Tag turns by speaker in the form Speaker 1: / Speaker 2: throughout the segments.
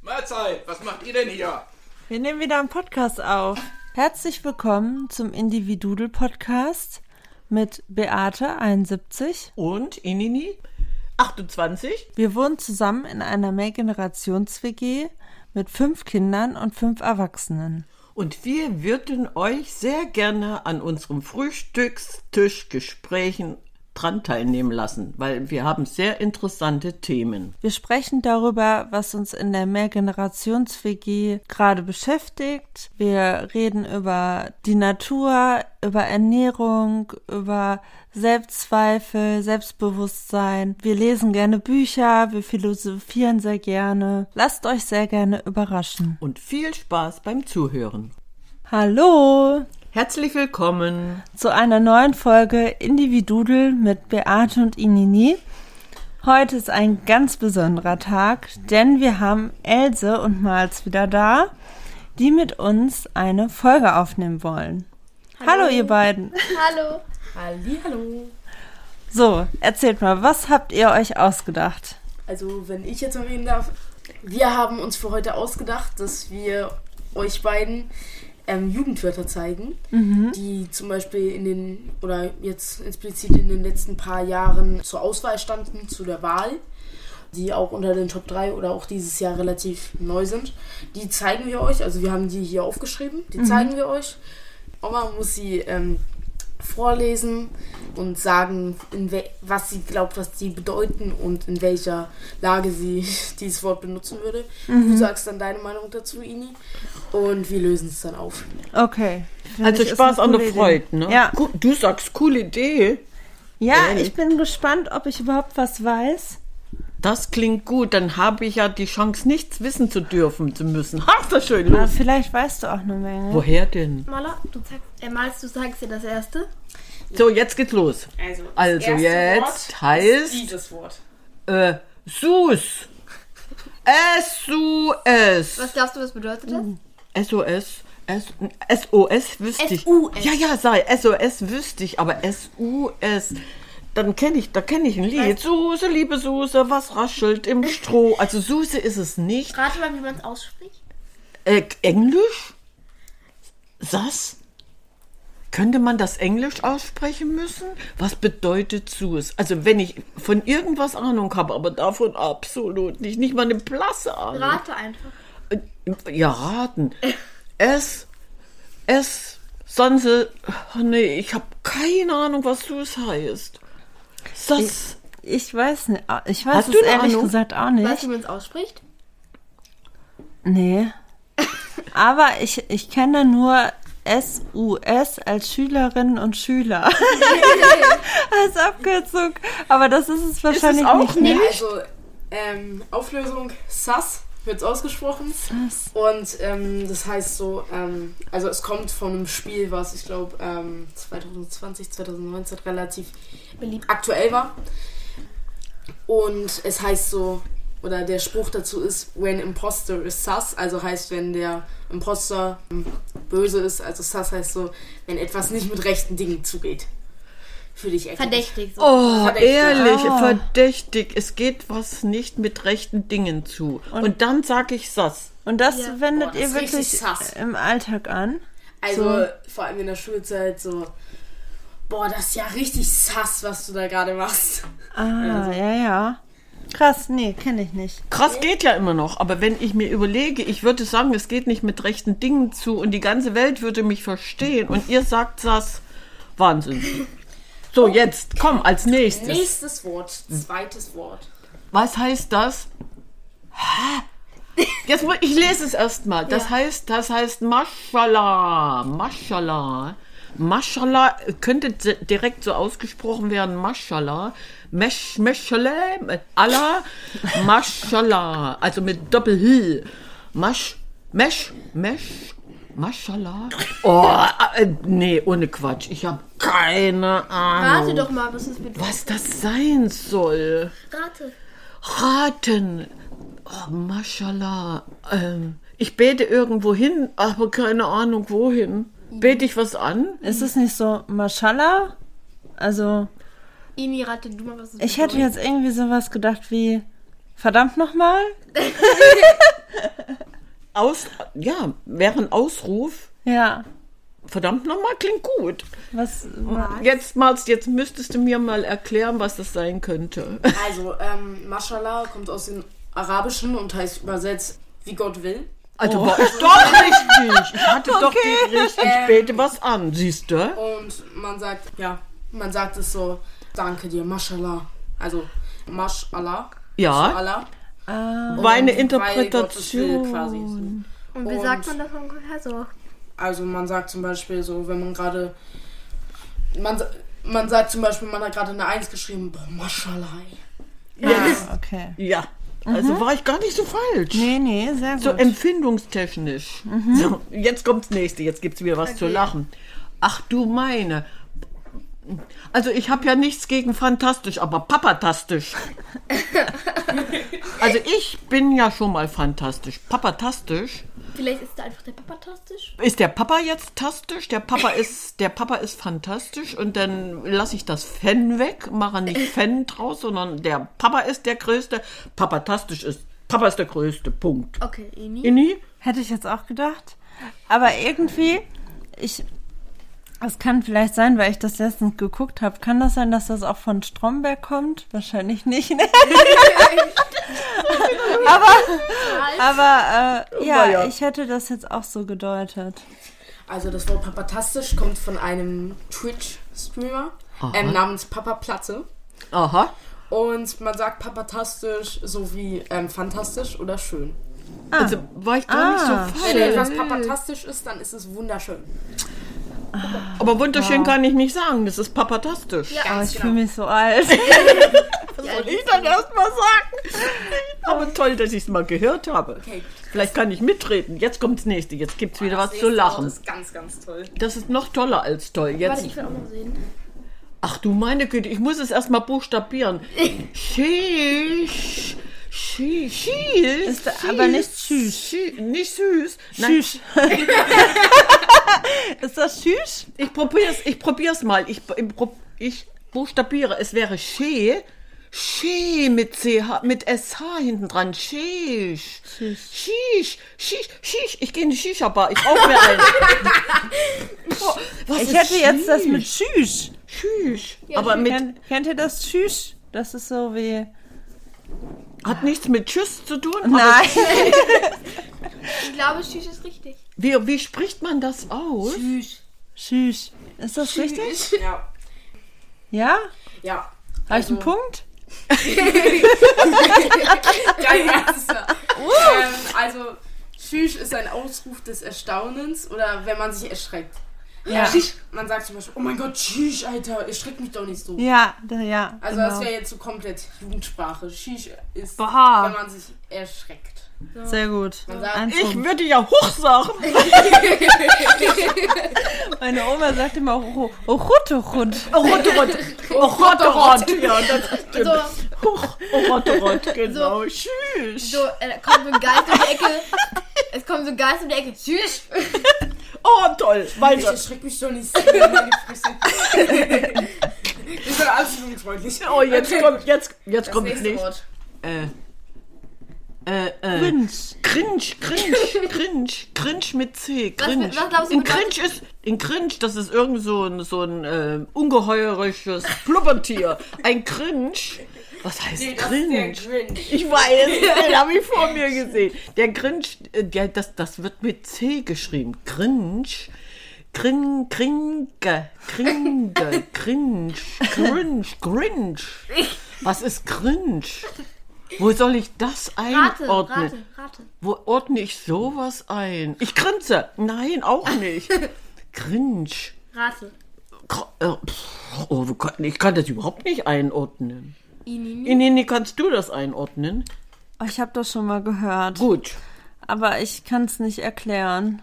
Speaker 1: Mahlzeit! Was macht ihr denn hier?
Speaker 2: Wir nehmen wieder einen Podcast auf. Herzlich willkommen zum Individudel Podcast mit Beate 71.
Speaker 3: Und Inini 28.
Speaker 2: Wir wohnen zusammen in einer Mehrgenerations-WG mit fünf Kindern und fünf Erwachsenen.
Speaker 3: Und wir würden euch sehr gerne an unserem Frühstückstischgesprächen dran teilnehmen lassen, weil wir haben sehr interessante Themen.
Speaker 2: Wir sprechen darüber, was uns in der Mehrgenerations-WG gerade beschäftigt. Wir reden über die Natur, über Ernährung, über Selbstzweifel, Selbstbewusstsein. Wir lesen gerne Bücher, wir philosophieren sehr gerne. Lasst euch sehr gerne überraschen.
Speaker 3: Und viel Spaß beim Zuhören.
Speaker 2: Hallo
Speaker 3: Herzlich willkommen.
Speaker 2: zu einer neuen Folge Individudel mit Beate und Inini. Heute ist ein ganz besonderer Tag, denn wir haben Else und Mals wieder da, die mit uns eine Folge aufnehmen wollen. Hallo, ihr beiden.
Speaker 4: Hallo.
Speaker 5: Hallihallo.
Speaker 2: So, erzählt mal, was habt ihr euch ausgedacht?
Speaker 5: Also, wenn ich jetzt mal reden darf, wir haben uns für heute ausgedacht, dass wir euch beiden ähm, Jugendwörter zeigen, die zum Beispiel in den, oder jetzt explizit in den letzten paar Jahren zur Auswahl standen, zu der Wahl, die auch unter den Top 3 oder auch dieses Jahr relativ neu sind. Die zeigen wir euch, also wir haben die hier aufgeschrieben, die zeigen wir euch. Oma muss sie ähm, vorlesen und sagen, in wel- was sie glaubt, was die bedeuten und in welcher Lage sie dieses Wort benutzen würde. Du sagst dann deine Meinung dazu, Ini, und wir lösen es dann auf.
Speaker 2: Okay. Finde
Speaker 3: Also
Speaker 2: ich, ist
Speaker 3: Spaß
Speaker 2: eine
Speaker 3: an der
Speaker 2: coole Idee.
Speaker 3: Freude, ne?
Speaker 2: Ja.
Speaker 3: Gu- Du sagst coole Idee.
Speaker 2: Ja, ich bin gespannt, ob ich überhaupt was weiß.
Speaker 3: Das klingt gut, dann habe ich ja die Chance, nichts wissen zu dürfen zu müssen. Hast du schön los.
Speaker 2: Aber vielleicht weißt du auch eine Menge.
Speaker 3: Woher denn?
Speaker 4: Maler, du sagst, äh, malst, du sagst dir das erste.
Speaker 3: So, jetzt geht's los.
Speaker 5: Also, das
Speaker 3: Also
Speaker 5: erste
Speaker 3: jetzt
Speaker 5: Wort
Speaker 3: heißt-
Speaker 5: Ist dieses Wort.
Speaker 3: Äh, Sus. S-U-S.
Speaker 4: Was glaubst du, was bedeutet das?
Speaker 3: SOS. S SOS wüsste ich.
Speaker 4: SUS.
Speaker 3: Ja, ja, sei. SOS wüsste ich, aber SUS. Dann kenne ich, da kenne ich ein Lied. Suse, liebe Suse, was raschelt im Stroh? Also Suse ist es nicht.
Speaker 4: Rate mal, wie man es ausspricht.
Speaker 3: Äh, Englisch? Das? Könnte man das Englisch aussprechen müssen? Was bedeutet Sus? Also wenn ich von irgendwas Ahnung habe, aber davon absolut nicht, nicht mal eine blasse Ahnung.
Speaker 4: Rate einfach.
Speaker 3: Ja, raten. Es, es, Sanse, oh nee, ich habe keine Ahnung, was Sus heißt. Das,
Speaker 2: Ich weiß nicht. Ich weiß
Speaker 3: Hast
Speaker 2: es
Speaker 3: du eine
Speaker 2: ehrlich
Speaker 3: Ahnung?
Speaker 2: gesagt auch nicht.
Speaker 4: Weißt du, wie man es ausspricht?
Speaker 2: Nee. Aber ich, ich kenne nur SUS als Schülerinnen und Schüler. als Abkürzung. Aber das ist es wahrscheinlich
Speaker 3: auch
Speaker 2: nicht.
Speaker 5: Ja,
Speaker 2: ne?
Speaker 5: also, ähm, Auflösung Sass wird's ausgesprochen. Und ähm, das heißt so, ähm, also es kommt von einem Spiel, was ich glaube ähm, 2020, 2019 relativ
Speaker 4: Beliebt.
Speaker 5: aktuell war. Und es heißt so, oder der Spruch dazu ist, when imposter is sus, also heißt, wenn der Imposter ähm, böse ist, also sus heißt so, wenn etwas nicht mit rechten Dingen zugeht. Für dich erkennt.
Speaker 4: Verdächtig. So.
Speaker 3: oh,
Speaker 5: Verdächtig.
Speaker 3: ehrlich,
Speaker 2: Ah.
Speaker 3: verdächtig. Es geht was nicht mit rechten Dingen zu. Und, dann sag ich Sass.
Speaker 2: Und das
Speaker 4: Ja.
Speaker 2: wendet
Speaker 5: Boah, das
Speaker 2: ihr
Speaker 5: ist richtig
Speaker 2: wirklich
Speaker 5: sass.
Speaker 2: im Alltag an.
Speaker 5: Also vor allem in der Schulzeit so, boah, das ist ja richtig sass, was du da gerade machst.
Speaker 2: Ah, ja, ja. Krass, nee, kenne ich nicht.
Speaker 3: Krass geht ja immer noch, aber wenn ich mir überlege, ich würde sagen, es geht nicht mit rechten Dingen zu und die ganze Welt würde mich verstehen und ihr sagt Sass. Wahnsinn. So, jetzt, komm, als nächstes.
Speaker 5: Nächstes Wort, zweites Wort.
Speaker 3: Was heißt das? Hä? Jetzt muss ich lese es erstmal. Das heißt, das heißt Maschallah, Maschallah. Maschallah könnte se- direkt so ausgesprochen werden, Maschallah. Mesh, Meschale, äh, Allah, Maschallah. Also mit Doppel H. Masch, Mesh, Mesh, Maschallah. Oh, äh, nee, ohne Quatsch. Ich habe keine
Speaker 4: Rate
Speaker 3: Ahnung,
Speaker 4: doch mal, was es bedeutet.
Speaker 3: was das sein soll.
Speaker 4: Rate.
Speaker 3: Raten. Oh, Maschallah. Ähm, ich bete irgendwo hin, aber keine Ahnung wohin. Bete ich was an?
Speaker 2: Ist es nicht so Maschallah? Also,
Speaker 4: Ini, rate du mal, was es
Speaker 2: ich
Speaker 4: bedeutet.
Speaker 2: hätte jetzt irgendwie sowas gedacht wie verdammt nochmal.
Speaker 3: Aus, ja, wäre ein Ausruf.
Speaker 2: Ja.
Speaker 3: Verdammt nochmal, klingt gut.
Speaker 2: Was?
Speaker 3: Jetzt, Marz, jetzt müsstest du mir mal erklären, was das sein könnte.
Speaker 5: Also, ähm, Mashallah kommt aus dem Arabischen und heißt übersetzt, wie Gott will.
Speaker 3: Also war ich doch richtig. Ich hatte doch die richtig. Ich bete was an, siehst du?
Speaker 5: Und man sagt, ja, man sagt es so, danke dir, Mashallah. Also, Mashallah.
Speaker 3: Ja.
Speaker 5: zu Allah.
Speaker 3: Meine
Speaker 5: Weil Gottes Will quasi.
Speaker 3: Interpretation.
Speaker 5: So.
Speaker 4: Und wie sagt man das ungefähr so?
Speaker 5: Also man sagt zum Beispiel so, wenn man gerade. Man, sa- man sagt zum Beispiel, man hat gerade eine Eins geschrieben, boah, Maschalai.
Speaker 2: Ah, okay.
Speaker 3: Ja. Also war ich gar nicht so falsch.
Speaker 2: Nee, nee, sehr gut.
Speaker 3: So empfindungstechnisch. So, jetzt kommt's nächste, jetzt gibt's wieder was zu lachen. Ach du meine. Also ich habe ja nichts gegen fantastisch, aber papatastisch. also ich bin ja schon mal fantastisch. Papatastisch.
Speaker 4: Vielleicht ist da einfach der Papa tastisch.
Speaker 3: Ist der Papa jetzt tastisch? Der Papa ist, der Papa ist fantastisch und dann lasse ich das Fan weg, mache nicht Fan draus, sondern der Papa ist der Größte. Papatastisch ist. Papa ist der Größte. Punkt.
Speaker 4: Okay, Ini.
Speaker 3: Inni?
Speaker 2: Hätte ich jetzt auch gedacht. Aber irgendwie, ich. Es kann vielleicht sein, weil ich das letztens geguckt habe. Kann das sein, dass das auch von Stromberg kommt? Wahrscheinlich nicht. Ne? Aber äh, ja,
Speaker 3: Oh ja.
Speaker 2: ich hätte das jetzt auch so gedeutet.
Speaker 5: Also das Wort papatastisch kommt von einem Twitch-Streamer ähm, namens Papa Platte.
Speaker 3: Aha.
Speaker 5: Und man sagt papatastisch sowie ähm, fantastisch oder schön.
Speaker 2: Ah.
Speaker 3: Also war ich gar nicht so
Speaker 5: Wenn etwas
Speaker 3: falsch.
Speaker 5: papatastisch ist, dann ist es wunderschön.
Speaker 3: Aber wunderschön kann ich nicht sagen. Das ist papatastisch.
Speaker 4: Ja.
Speaker 2: Aber ich fühle mich so alt.
Speaker 3: Soll ich dann erstmal sagen? Aber toll, dass ich es mal gehört habe.
Speaker 5: Okay. Oh,
Speaker 3: Vielleicht kann ich mitreden. Jetzt kommt's nächste. Jetzt gibt's wieder was
Speaker 5: Das
Speaker 3: zu
Speaker 5: nächste Wort
Speaker 3: lachen.
Speaker 5: ist ganz, ganz toll.
Speaker 3: Das ist noch toller als toll. Jetzt
Speaker 4: Warte, ich will auch noch sehen.
Speaker 3: Ach du meine Güte, ich muss es erstmal buchstabieren. Schisch. Schisch. Schisch.
Speaker 2: Ist da- aber nicht süß.
Speaker 3: Schi- Nicht süß. Nein,
Speaker 2: Tschüss. Ist das Tschüss?
Speaker 3: ich probier's, ich probier's mal. Ich, ich prob- ich buchstabiere. Es wäre Schee. Schee mit CH, mit SH hinten dran. Schisch. Schisch. Schisch. Schisch. Ich gehe in die Shisha-Bar. Ich rauche mir einen. Boah, was
Speaker 2: Ich
Speaker 3: ist
Speaker 2: hätte jetzt das
Speaker 3: Schisch?
Speaker 2: mit Tschüss.
Speaker 3: Schisch. aber mit,
Speaker 2: Kennt, kennt ihr das Tschüss? Das ist so wie.
Speaker 3: hat nichts mit Tschüss zu tun. aber
Speaker 2: Nein.
Speaker 4: Ich glaube, Tschüss ist richtig.
Speaker 3: Wie, wie spricht man das aus?
Speaker 2: Tschüss. Ist das richtig?
Speaker 5: Ja.
Speaker 2: Ja?
Speaker 5: Ja.
Speaker 2: Habe ich einen Punkt?
Speaker 5: Dein Ernst? ähm, also, Schüch ist ein Ausruf des Erstaunens oder wenn man sich erschreckt.
Speaker 2: Ja.
Speaker 5: Man sagt zum Beispiel, oh mein Gott, Schüch, Alter, erschreckt mich doch nicht so.
Speaker 2: Ja, da, ja.
Speaker 5: Also das
Speaker 2: genau.
Speaker 5: wäre jetzt so komplett Jugendsprache. Schüch ist,
Speaker 2: Bah.
Speaker 5: wenn man sich erschreckt.
Speaker 2: Sehr gut.
Speaker 5: sagt,
Speaker 2: Eins
Speaker 3: Ich
Speaker 2: rum.
Speaker 3: würde ja hoch sagen.
Speaker 2: Meine Oma sagt immer Ru- Oh, Ruterund.
Speaker 3: Oh, Rotterott. Rotterott. Oh, Ja, das
Speaker 2: Also,
Speaker 3: stimmt.
Speaker 4: So,
Speaker 3: Hoch. Rotterott, genau. Tschüss.
Speaker 4: so äh, kommt so ein Geist um die Ecke. Es kommt so ein Geist um die Ecke. Tschüss.
Speaker 3: Oh, toll.
Speaker 5: Ich
Speaker 3: Weiter.
Speaker 5: erschreck mich doch nicht so. meine Fresse. Ich bin absolut unfreundlich.
Speaker 3: Oh, jetzt
Speaker 5: Okay,
Speaker 3: kommt, jetzt, jetzt
Speaker 5: das
Speaker 3: kommt das
Speaker 5: nächste
Speaker 3: nächste.
Speaker 5: Wort.
Speaker 3: Äh, äh, äh.
Speaker 2: Prinz.
Speaker 3: Cringe, cringe, cringe, cringe mit C, cringe.
Speaker 4: was glaubst du,
Speaker 3: in
Speaker 4: bedeutet-
Speaker 3: cringe ist, in cringe, das ist irgend so ein, so ein äh, ungeheuerisches Flubbertier. Ein cringe, was heißt
Speaker 5: Das ist der
Speaker 3: cringe?
Speaker 5: Grinch.
Speaker 3: Ich weiß, den habe ich vor mir gesehen. Der Grinch, äh, der, das, das wird mit C geschrieben. Grinch. Kring, kringe, kringe, cringe, cringe, cringe. Was ist cringe? Wo soll ich das
Speaker 4: Rate,
Speaker 3: einordnen?
Speaker 4: rate, rate.
Speaker 3: Wo ordne ich sowas ein? Ich grinse. Nein, auch nicht. Cringe.
Speaker 4: Rate.
Speaker 3: Kr- äh, pff, Oh, wir konnten- ich kann das überhaupt nicht einordnen.
Speaker 4: Ini.
Speaker 3: Inini, kannst du das einordnen?
Speaker 2: Oh, ich habe das schon mal gehört.
Speaker 3: Gut.
Speaker 2: Aber ich kann es nicht erklären.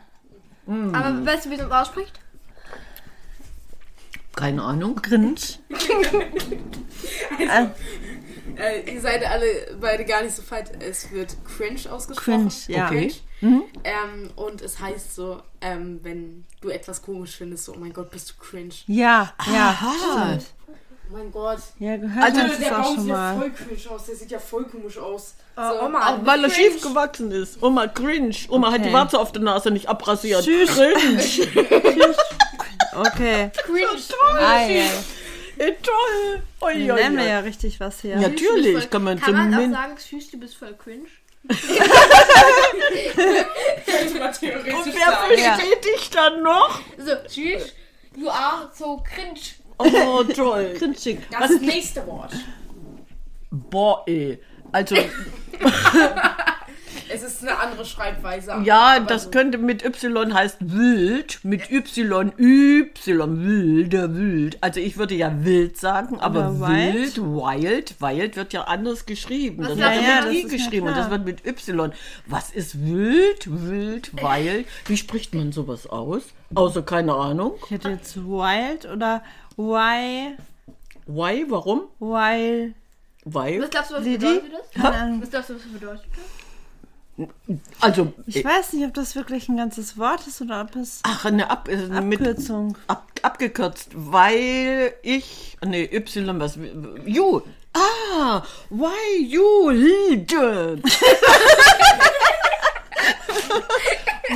Speaker 3: Hm.
Speaker 4: Aber weißt du, wie man ausspricht?
Speaker 3: Keine Ahnung. Grinch.
Speaker 5: Äh, ihr seid alle beide gar nicht so falsch. Es wird cringe ausgesprochen.
Speaker 2: Cringe, ja.
Speaker 3: Okay.
Speaker 5: Ähm, und es heißt so, ähm, wenn du etwas komisch findest, so, oh mein Gott, bist du cringe.
Speaker 2: Ja, ja.
Speaker 3: Aha.
Speaker 2: stimmt.
Speaker 5: Oh Mein Gott.
Speaker 2: Ja, gehört
Speaker 3: Also,
Speaker 2: hat es
Speaker 5: der
Speaker 2: auch
Speaker 5: Baum
Speaker 2: schon
Speaker 5: sieht ja
Speaker 2: mal.
Speaker 5: voll cringe aus. Der sieht ja voll komisch aus.
Speaker 4: Oh, Oma.
Speaker 3: Auch weil er
Speaker 4: cringe.
Speaker 3: schief gewachsen ist. Oma, cringe. Oma hat
Speaker 2: Okay.
Speaker 3: die Warze auf der Nase nicht abrasiert.
Speaker 2: Tschüss.
Speaker 3: Cringe.
Speaker 2: Okay.
Speaker 3: Toll.
Speaker 2: Ah, ja.
Speaker 3: Äh, Toll. Oi, oi,
Speaker 2: Nennen wir
Speaker 3: oi.
Speaker 2: ja richtig was hier.
Speaker 4: Süß, du bist
Speaker 3: Natürlich
Speaker 4: voll-
Speaker 3: kann man
Speaker 4: Kann man auch
Speaker 3: zumindest.
Speaker 4: sagen, süß, du bist voll cringe?
Speaker 5: Könnte man theoretisch
Speaker 3: Wer
Speaker 5: sagen.
Speaker 2: Ja.
Speaker 3: versteht dich dann noch?
Speaker 4: So, süß, you are so cringe.
Speaker 3: Oh, toll.
Speaker 2: Grinschig.
Speaker 5: Das nächste Wort.
Speaker 3: Boah, ey. Also,
Speaker 5: Es ist eine andere Schreibweise.
Speaker 3: ja,
Speaker 2: Also,
Speaker 5: aber
Speaker 3: das
Speaker 5: so.
Speaker 3: könnte mit Y heißt wild, mit Y, Y, wilder, wild. Also ich würde ja wild sagen, aber
Speaker 2: Oder wild?
Speaker 3: wild, wild, wild wird ja anders geschrieben.
Speaker 4: Was
Speaker 3: das
Speaker 4: sagt
Speaker 3: wird mit
Speaker 4: man
Speaker 2: da? Das
Speaker 3: I
Speaker 2: ist ja
Speaker 3: geschrieben und das
Speaker 2: klar.
Speaker 3: wird mit Y. Was ist wild, wild, wild? Wie spricht man sowas aus? Außer keine Ahnung.
Speaker 2: Ich hätte jetzt Wild oder Why,
Speaker 3: Why, warum?
Speaker 2: Why,
Speaker 3: Why?
Speaker 4: Was glaubst du, was
Speaker 2: Lidi?
Speaker 4: bedeutet das?
Speaker 2: keine Ahnung.
Speaker 4: Was glaubst du, was das bedeutet?
Speaker 3: Also,
Speaker 2: Ich weiß nicht, ob das wirklich ein ganzes Wort ist oder ob es
Speaker 3: ach, eine Ab mit
Speaker 2: Abkürzung.
Speaker 3: ab, abgekürzt, weil ich. Nee, Y, was. You. Ah, why you Lilde?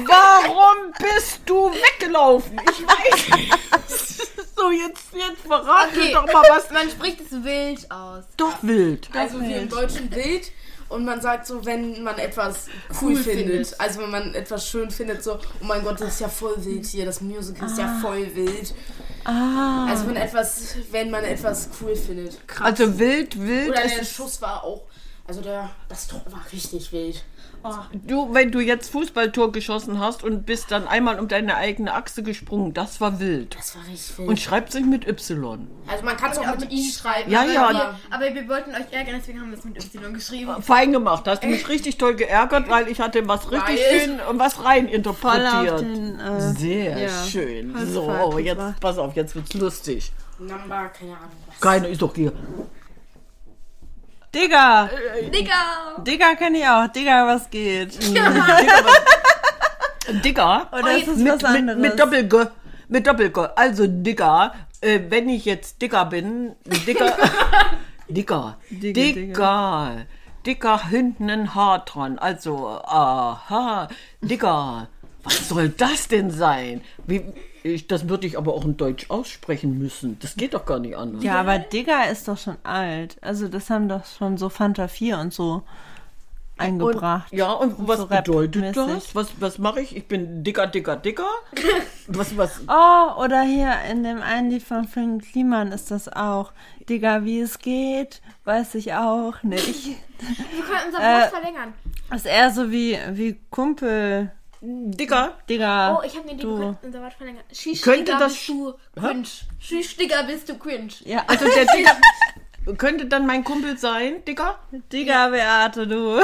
Speaker 3: Warum bist du weggelaufen? Ich weiß. So, jetzt, jetzt verrate
Speaker 4: Okay.
Speaker 3: doch mal was.
Speaker 4: Man spricht es wild aus.
Speaker 3: Doch wild.
Speaker 5: Also wie im deutschen Bild. Und man sagt so, wenn man etwas cool,
Speaker 4: Cool
Speaker 5: findet.
Speaker 4: findet.
Speaker 5: also wenn man etwas schön findet, so, oh mein Gott, das ist ja voll wild hier, das Musical ist ja voll wild.
Speaker 2: Ah,
Speaker 5: Also wenn etwas, wenn man etwas cool findet.
Speaker 3: Also wild, wild
Speaker 5: Oder der
Speaker 3: ist
Speaker 5: Schuss war auch, also der, das Tor war richtig wild.
Speaker 3: Du, wenn du jetzt Fußballtor geschossen hast und bist dann einmal um deine eigene Achse gesprungen, das war wild.
Speaker 5: Das war richtig wild.
Speaker 3: Und schreibt sich mit Y.
Speaker 5: also man kann es auch mit I schreiben.
Speaker 3: Ja,
Speaker 4: aber
Speaker 3: ja.
Speaker 4: Wir, aber wir wollten euch ärgern, deswegen haben wir es mit Y geschrieben.
Speaker 3: Fein gemacht. Hast du mich richtig toll geärgert, weil ich hatte was richtig
Speaker 5: Weil-
Speaker 3: schön und was rein
Speaker 2: voll auf
Speaker 3: interpretiert.
Speaker 2: den. Äh,
Speaker 3: Sehr
Speaker 2: ja,
Speaker 3: schön.
Speaker 2: hast
Speaker 3: So,
Speaker 2: falsch
Speaker 3: jetzt
Speaker 2: gemacht.
Speaker 3: pass auf, jetzt wird's lustig.
Speaker 5: Number, keine Ahnung was.
Speaker 3: Keine ist doch hier.
Speaker 2: Digga!
Speaker 4: Digga!
Speaker 2: Digga kenne ich auch. Digga, was geht?
Speaker 3: Digger.
Speaker 2: Oder ist es was
Speaker 3: Oh, mit,
Speaker 2: anderes?
Speaker 3: mit Doppelg. Mit Doppelg. Also Digger. Äh, wenn ich jetzt Dicker bin, Dicker. Dicker.
Speaker 2: Digger,
Speaker 3: Dicker. Dicker hinten ein Haar dran. Also, aha. Dicker. Was soll das denn sein? Wie, ich, das würde ich aber auch in Deutsch aussprechen müssen. Das geht doch gar nicht anders.
Speaker 2: ja, aber Digga ist doch schon alt. Also das haben doch schon so Fanta 4 und so
Speaker 3: Und,
Speaker 2: eingebracht.
Speaker 3: ja, und was
Speaker 2: so
Speaker 3: bedeutet
Speaker 2: rapmäßig.
Speaker 3: das? Was, was mache ich? Ich bin dicker, dicker, dicker. Was, was,
Speaker 2: Oh, oder hier in dem einen Lied von Finn Kliman ist das auch. Digga, wie es geht, weiß ich auch nicht.
Speaker 4: Wir können unser
Speaker 2: Äh,
Speaker 4: Wort verlängern.
Speaker 2: Ist eher so wie, wie Kumpel.
Speaker 3: dicker?
Speaker 2: Digga.
Speaker 4: Oh, ich habe eine Idee, wir
Speaker 2: du.
Speaker 4: können unser Wort verlängern. Schieß,
Speaker 3: Könnte
Speaker 4: Digga,
Speaker 3: das-
Speaker 4: bist du cringe. Schieß, Digga, bist du cringe.
Speaker 2: Ja,
Speaker 3: Also der Dicker könnte dann mein Kumpel sein, Dicker?
Speaker 2: Digga, Beate, du.
Speaker 3: Ach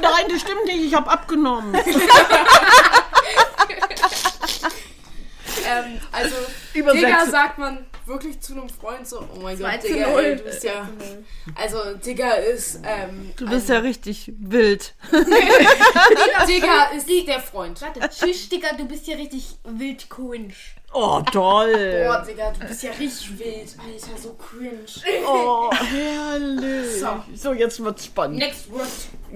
Speaker 3: nein, das stimmt nicht, ich habe abgenommen.
Speaker 5: Ähm, also,
Speaker 3: Übersetzt.
Speaker 5: Digga sagt man wirklich zu einem Freund so, oh mein Gott,
Speaker 4: 2 zu
Speaker 5: Digga,
Speaker 4: 0.
Speaker 5: ey, du bist ja, also Digga ist, ähm,
Speaker 2: Du bist ja richtig wild.
Speaker 5: Digga, Digga ist der Freund.
Speaker 4: Warte, Schieß, Digga, du bist hier richtig wild cringe.
Speaker 3: Oh,
Speaker 5: Boah,
Speaker 3: toll.
Speaker 5: Digga, du bist ja richtig wild. Alter, so cringe.
Speaker 3: Oh, herrlich.
Speaker 5: So.
Speaker 3: So, jetzt wird's spannend.
Speaker 5: Next word.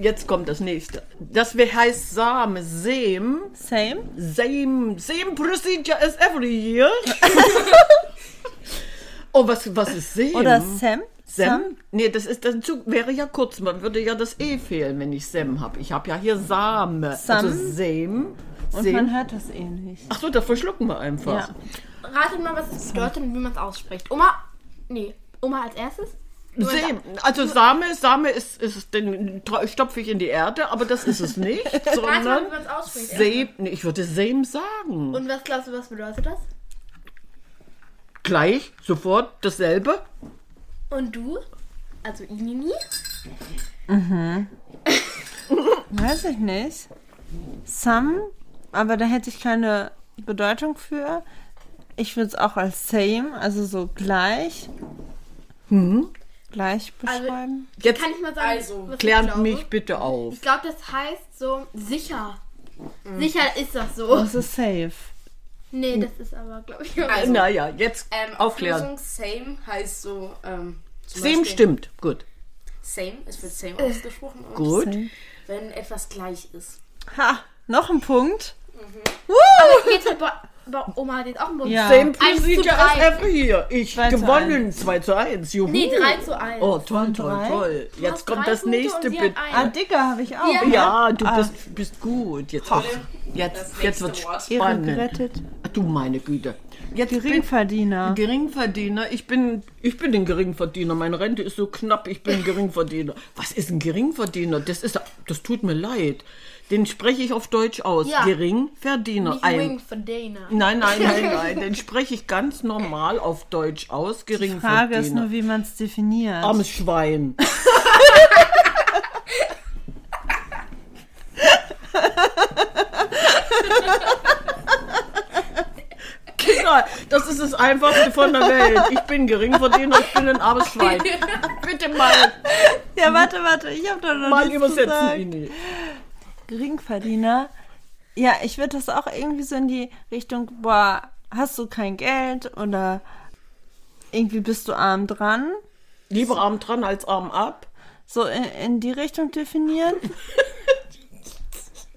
Speaker 3: Jetzt kommt das nächste. Das wir heißt Same, Same,
Speaker 2: Same?
Speaker 3: Same, Same Procedure as every year. Oh, was, was ist Same?
Speaker 2: Oder Sam?
Speaker 3: Sam? Nee, das ist das Zug wäre ja kurz. Man würde ja das E fehlen, wenn ich Sam habe. Ich habe ja hier Same.
Speaker 2: Sam.
Speaker 3: Also Same.
Speaker 2: Und
Speaker 3: Same.
Speaker 2: man hört das eh nicht.
Speaker 3: Ach so, da verschlucken wir einfach.
Speaker 2: Ja.
Speaker 4: Ratet mal, was es bedeutet und wie man es ausspricht. Oma. Nee, Oma als erstes?
Speaker 3: Same. Also Same, Same ist, ist den tra- stopfe ich in die Erde, aber das ist es nicht,
Speaker 4: Ratet mal, wie
Speaker 3: sondern
Speaker 4: man es ausspricht.
Speaker 3: Same. Nee, ich würde Same sagen.
Speaker 4: Und was glaubst du, was bedeutet das?
Speaker 3: Gleich, sofort, dasselbe.
Speaker 4: Und du? Also Inini?
Speaker 2: Weiß ich nicht. Sam, aber da hätte ich keine Bedeutung für. Ich würde es auch als same, also so gleich. Hm? Gleich
Speaker 4: Also-
Speaker 2: beschreiben.
Speaker 3: Jetzt
Speaker 4: Kann ich mal sagen,
Speaker 5: Also,
Speaker 4: was ich
Speaker 3: klärt
Speaker 4: glaube?
Speaker 3: mich bitte auf.
Speaker 4: Ich Mhm. glaube, das heißt so sicher. Sicher ist das so.
Speaker 2: das ist Also safe.
Speaker 4: Nee,
Speaker 3: Mhm.
Speaker 4: das ist aber, glaube ich, auch
Speaker 5: Also,
Speaker 3: naja, jetzt
Speaker 5: ähm,
Speaker 3: aufklären.
Speaker 5: Auflösung same heißt so. Ähm, zum
Speaker 3: Same
Speaker 5: Beispiel-
Speaker 3: stimmt. Gut.
Speaker 5: Same, es wird same ausgesprochen. und
Speaker 3: Gut.
Speaker 2: Same.
Speaker 5: Wenn etwas gleich ist.
Speaker 2: Ha, noch ein Punkt.
Speaker 4: Jetzt hat halt bei, bei Oma hat jetzt auch einen Bund.
Speaker 2: Ja.
Speaker 3: Same
Speaker 4: Eins zu
Speaker 3: Sieger
Speaker 4: drei.
Speaker 3: als F hier. Ich
Speaker 2: Drei zu
Speaker 3: gewonnen. 2 zu 1. Juhu.
Speaker 4: Nee, 3 zu 1.
Speaker 3: Oh, toll, toll,
Speaker 2: drei.
Speaker 3: toll. Jetzt kommt
Speaker 4: drei
Speaker 3: das
Speaker 4: Punkte
Speaker 3: nächste
Speaker 4: und sie hat
Speaker 3: bitte.
Speaker 2: Ah,
Speaker 4: einen.
Speaker 2: Digga habe ich auch.
Speaker 4: Ja.
Speaker 3: Ja, du
Speaker 2: Ah.
Speaker 3: bist, bist gut. Jetzt, jetzt, jetzt wird
Speaker 5: nächste Wort.
Speaker 2: Ehre
Speaker 3: spannend.
Speaker 2: gerettet.
Speaker 3: Ach, Du meine Güte. Jetzt bin-
Speaker 2: Geringverdiener.
Speaker 3: Geringverdiener, ich bin, ich bin ein Geringverdiener. Meine Rente ist so knapp, ich bin ein Geringverdiener. Was ist ein Geringverdiener? Das ist, das tut mir leid. Den spreche ich auf Deutsch aus.
Speaker 4: Ja.
Speaker 3: Geringverdiener.
Speaker 4: Nicht
Speaker 3: Ah, Ein,
Speaker 4: Wing for Dana.
Speaker 3: nein, nein, nein, nein. Den spreche ich ganz normal auf Deutsch aus.
Speaker 2: Die Frage ist nur,
Speaker 3: Geringverdiener.
Speaker 2: wie man es definiert.
Speaker 3: Armes Schwein. Kinder, das ist das Einfachste von der Welt. Ich bin Geringverdiener, ich bin ein armes Schwein. Bitte mal,
Speaker 2: Ja, warte, warte, ich habe da noch
Speaker 3: mal
Speaker 2: nichts gesagt.
Speaker 3: übersetzen, Ini.
Speaker 2: Geringverdiener. Ja, ich würde das auch irgendwie so in die Richtung, boah, hast du kein Geld oder irgendwie bist du arm dran,
Speaker 3: Lieber arm dran als arm ab.
Speaker 2: so in, in die Richtung definieren.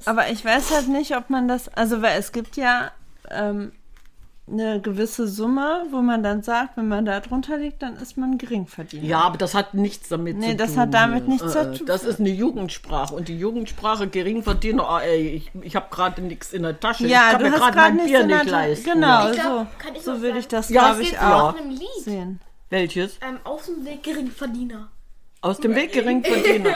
Speaker 2: Aber ich weiß halt nicht, ob man das, also weil es gibt ja ähm, eine gewisse Summe, wo man dann sagt, wenn man da drunter liegt, dann ist man Geringverdiener.
Speaker 3: Ja, aber das hat nichts damit zu
Speaker 2: Nee,
Speaker 3: tun.
Speaker 2: das hat damit
Speaker 3: hier.
Speaker 2: nichts zu
Speaker 3: Äh,
Speaker 2: tun.
Speaker 3: Das ist eine Jugendsprache und die Jugendsprache Geringverdiener, ah, ey, ich, ich habe gerade nichts in der Tasche. ich kann mir gerade
Speaker 2: grad
Speaker 3: mein Bier
Speaker 2: in der
Speaker 3: nicht
Speaker 2: Ta-
Speaker 3: leisten.
Speaker 2: Genau,
Speaker 4: Ich glaub,
Speaker 2: so,
Speaker 4: kann ich
Speaker 2: so
Speaker 4: noch
Speaker 2: würde ich
Speaker 4: sagen?
Speaker 2: das,
Speaker 3: Ja,
Speaker 2: glaube
Speaker 4: Es
Speaker 2: ich,
Speaker 4: geht auch
Speaker 2: auch
Speaker 4: auf einem Lied.
Speaker 2: sehen.
Speaker 3: Welches?
Speaker 4: Ähm, auf dem Weg Geringverdiener.
Speaker 3: Aus dem Weg Geringverdiener.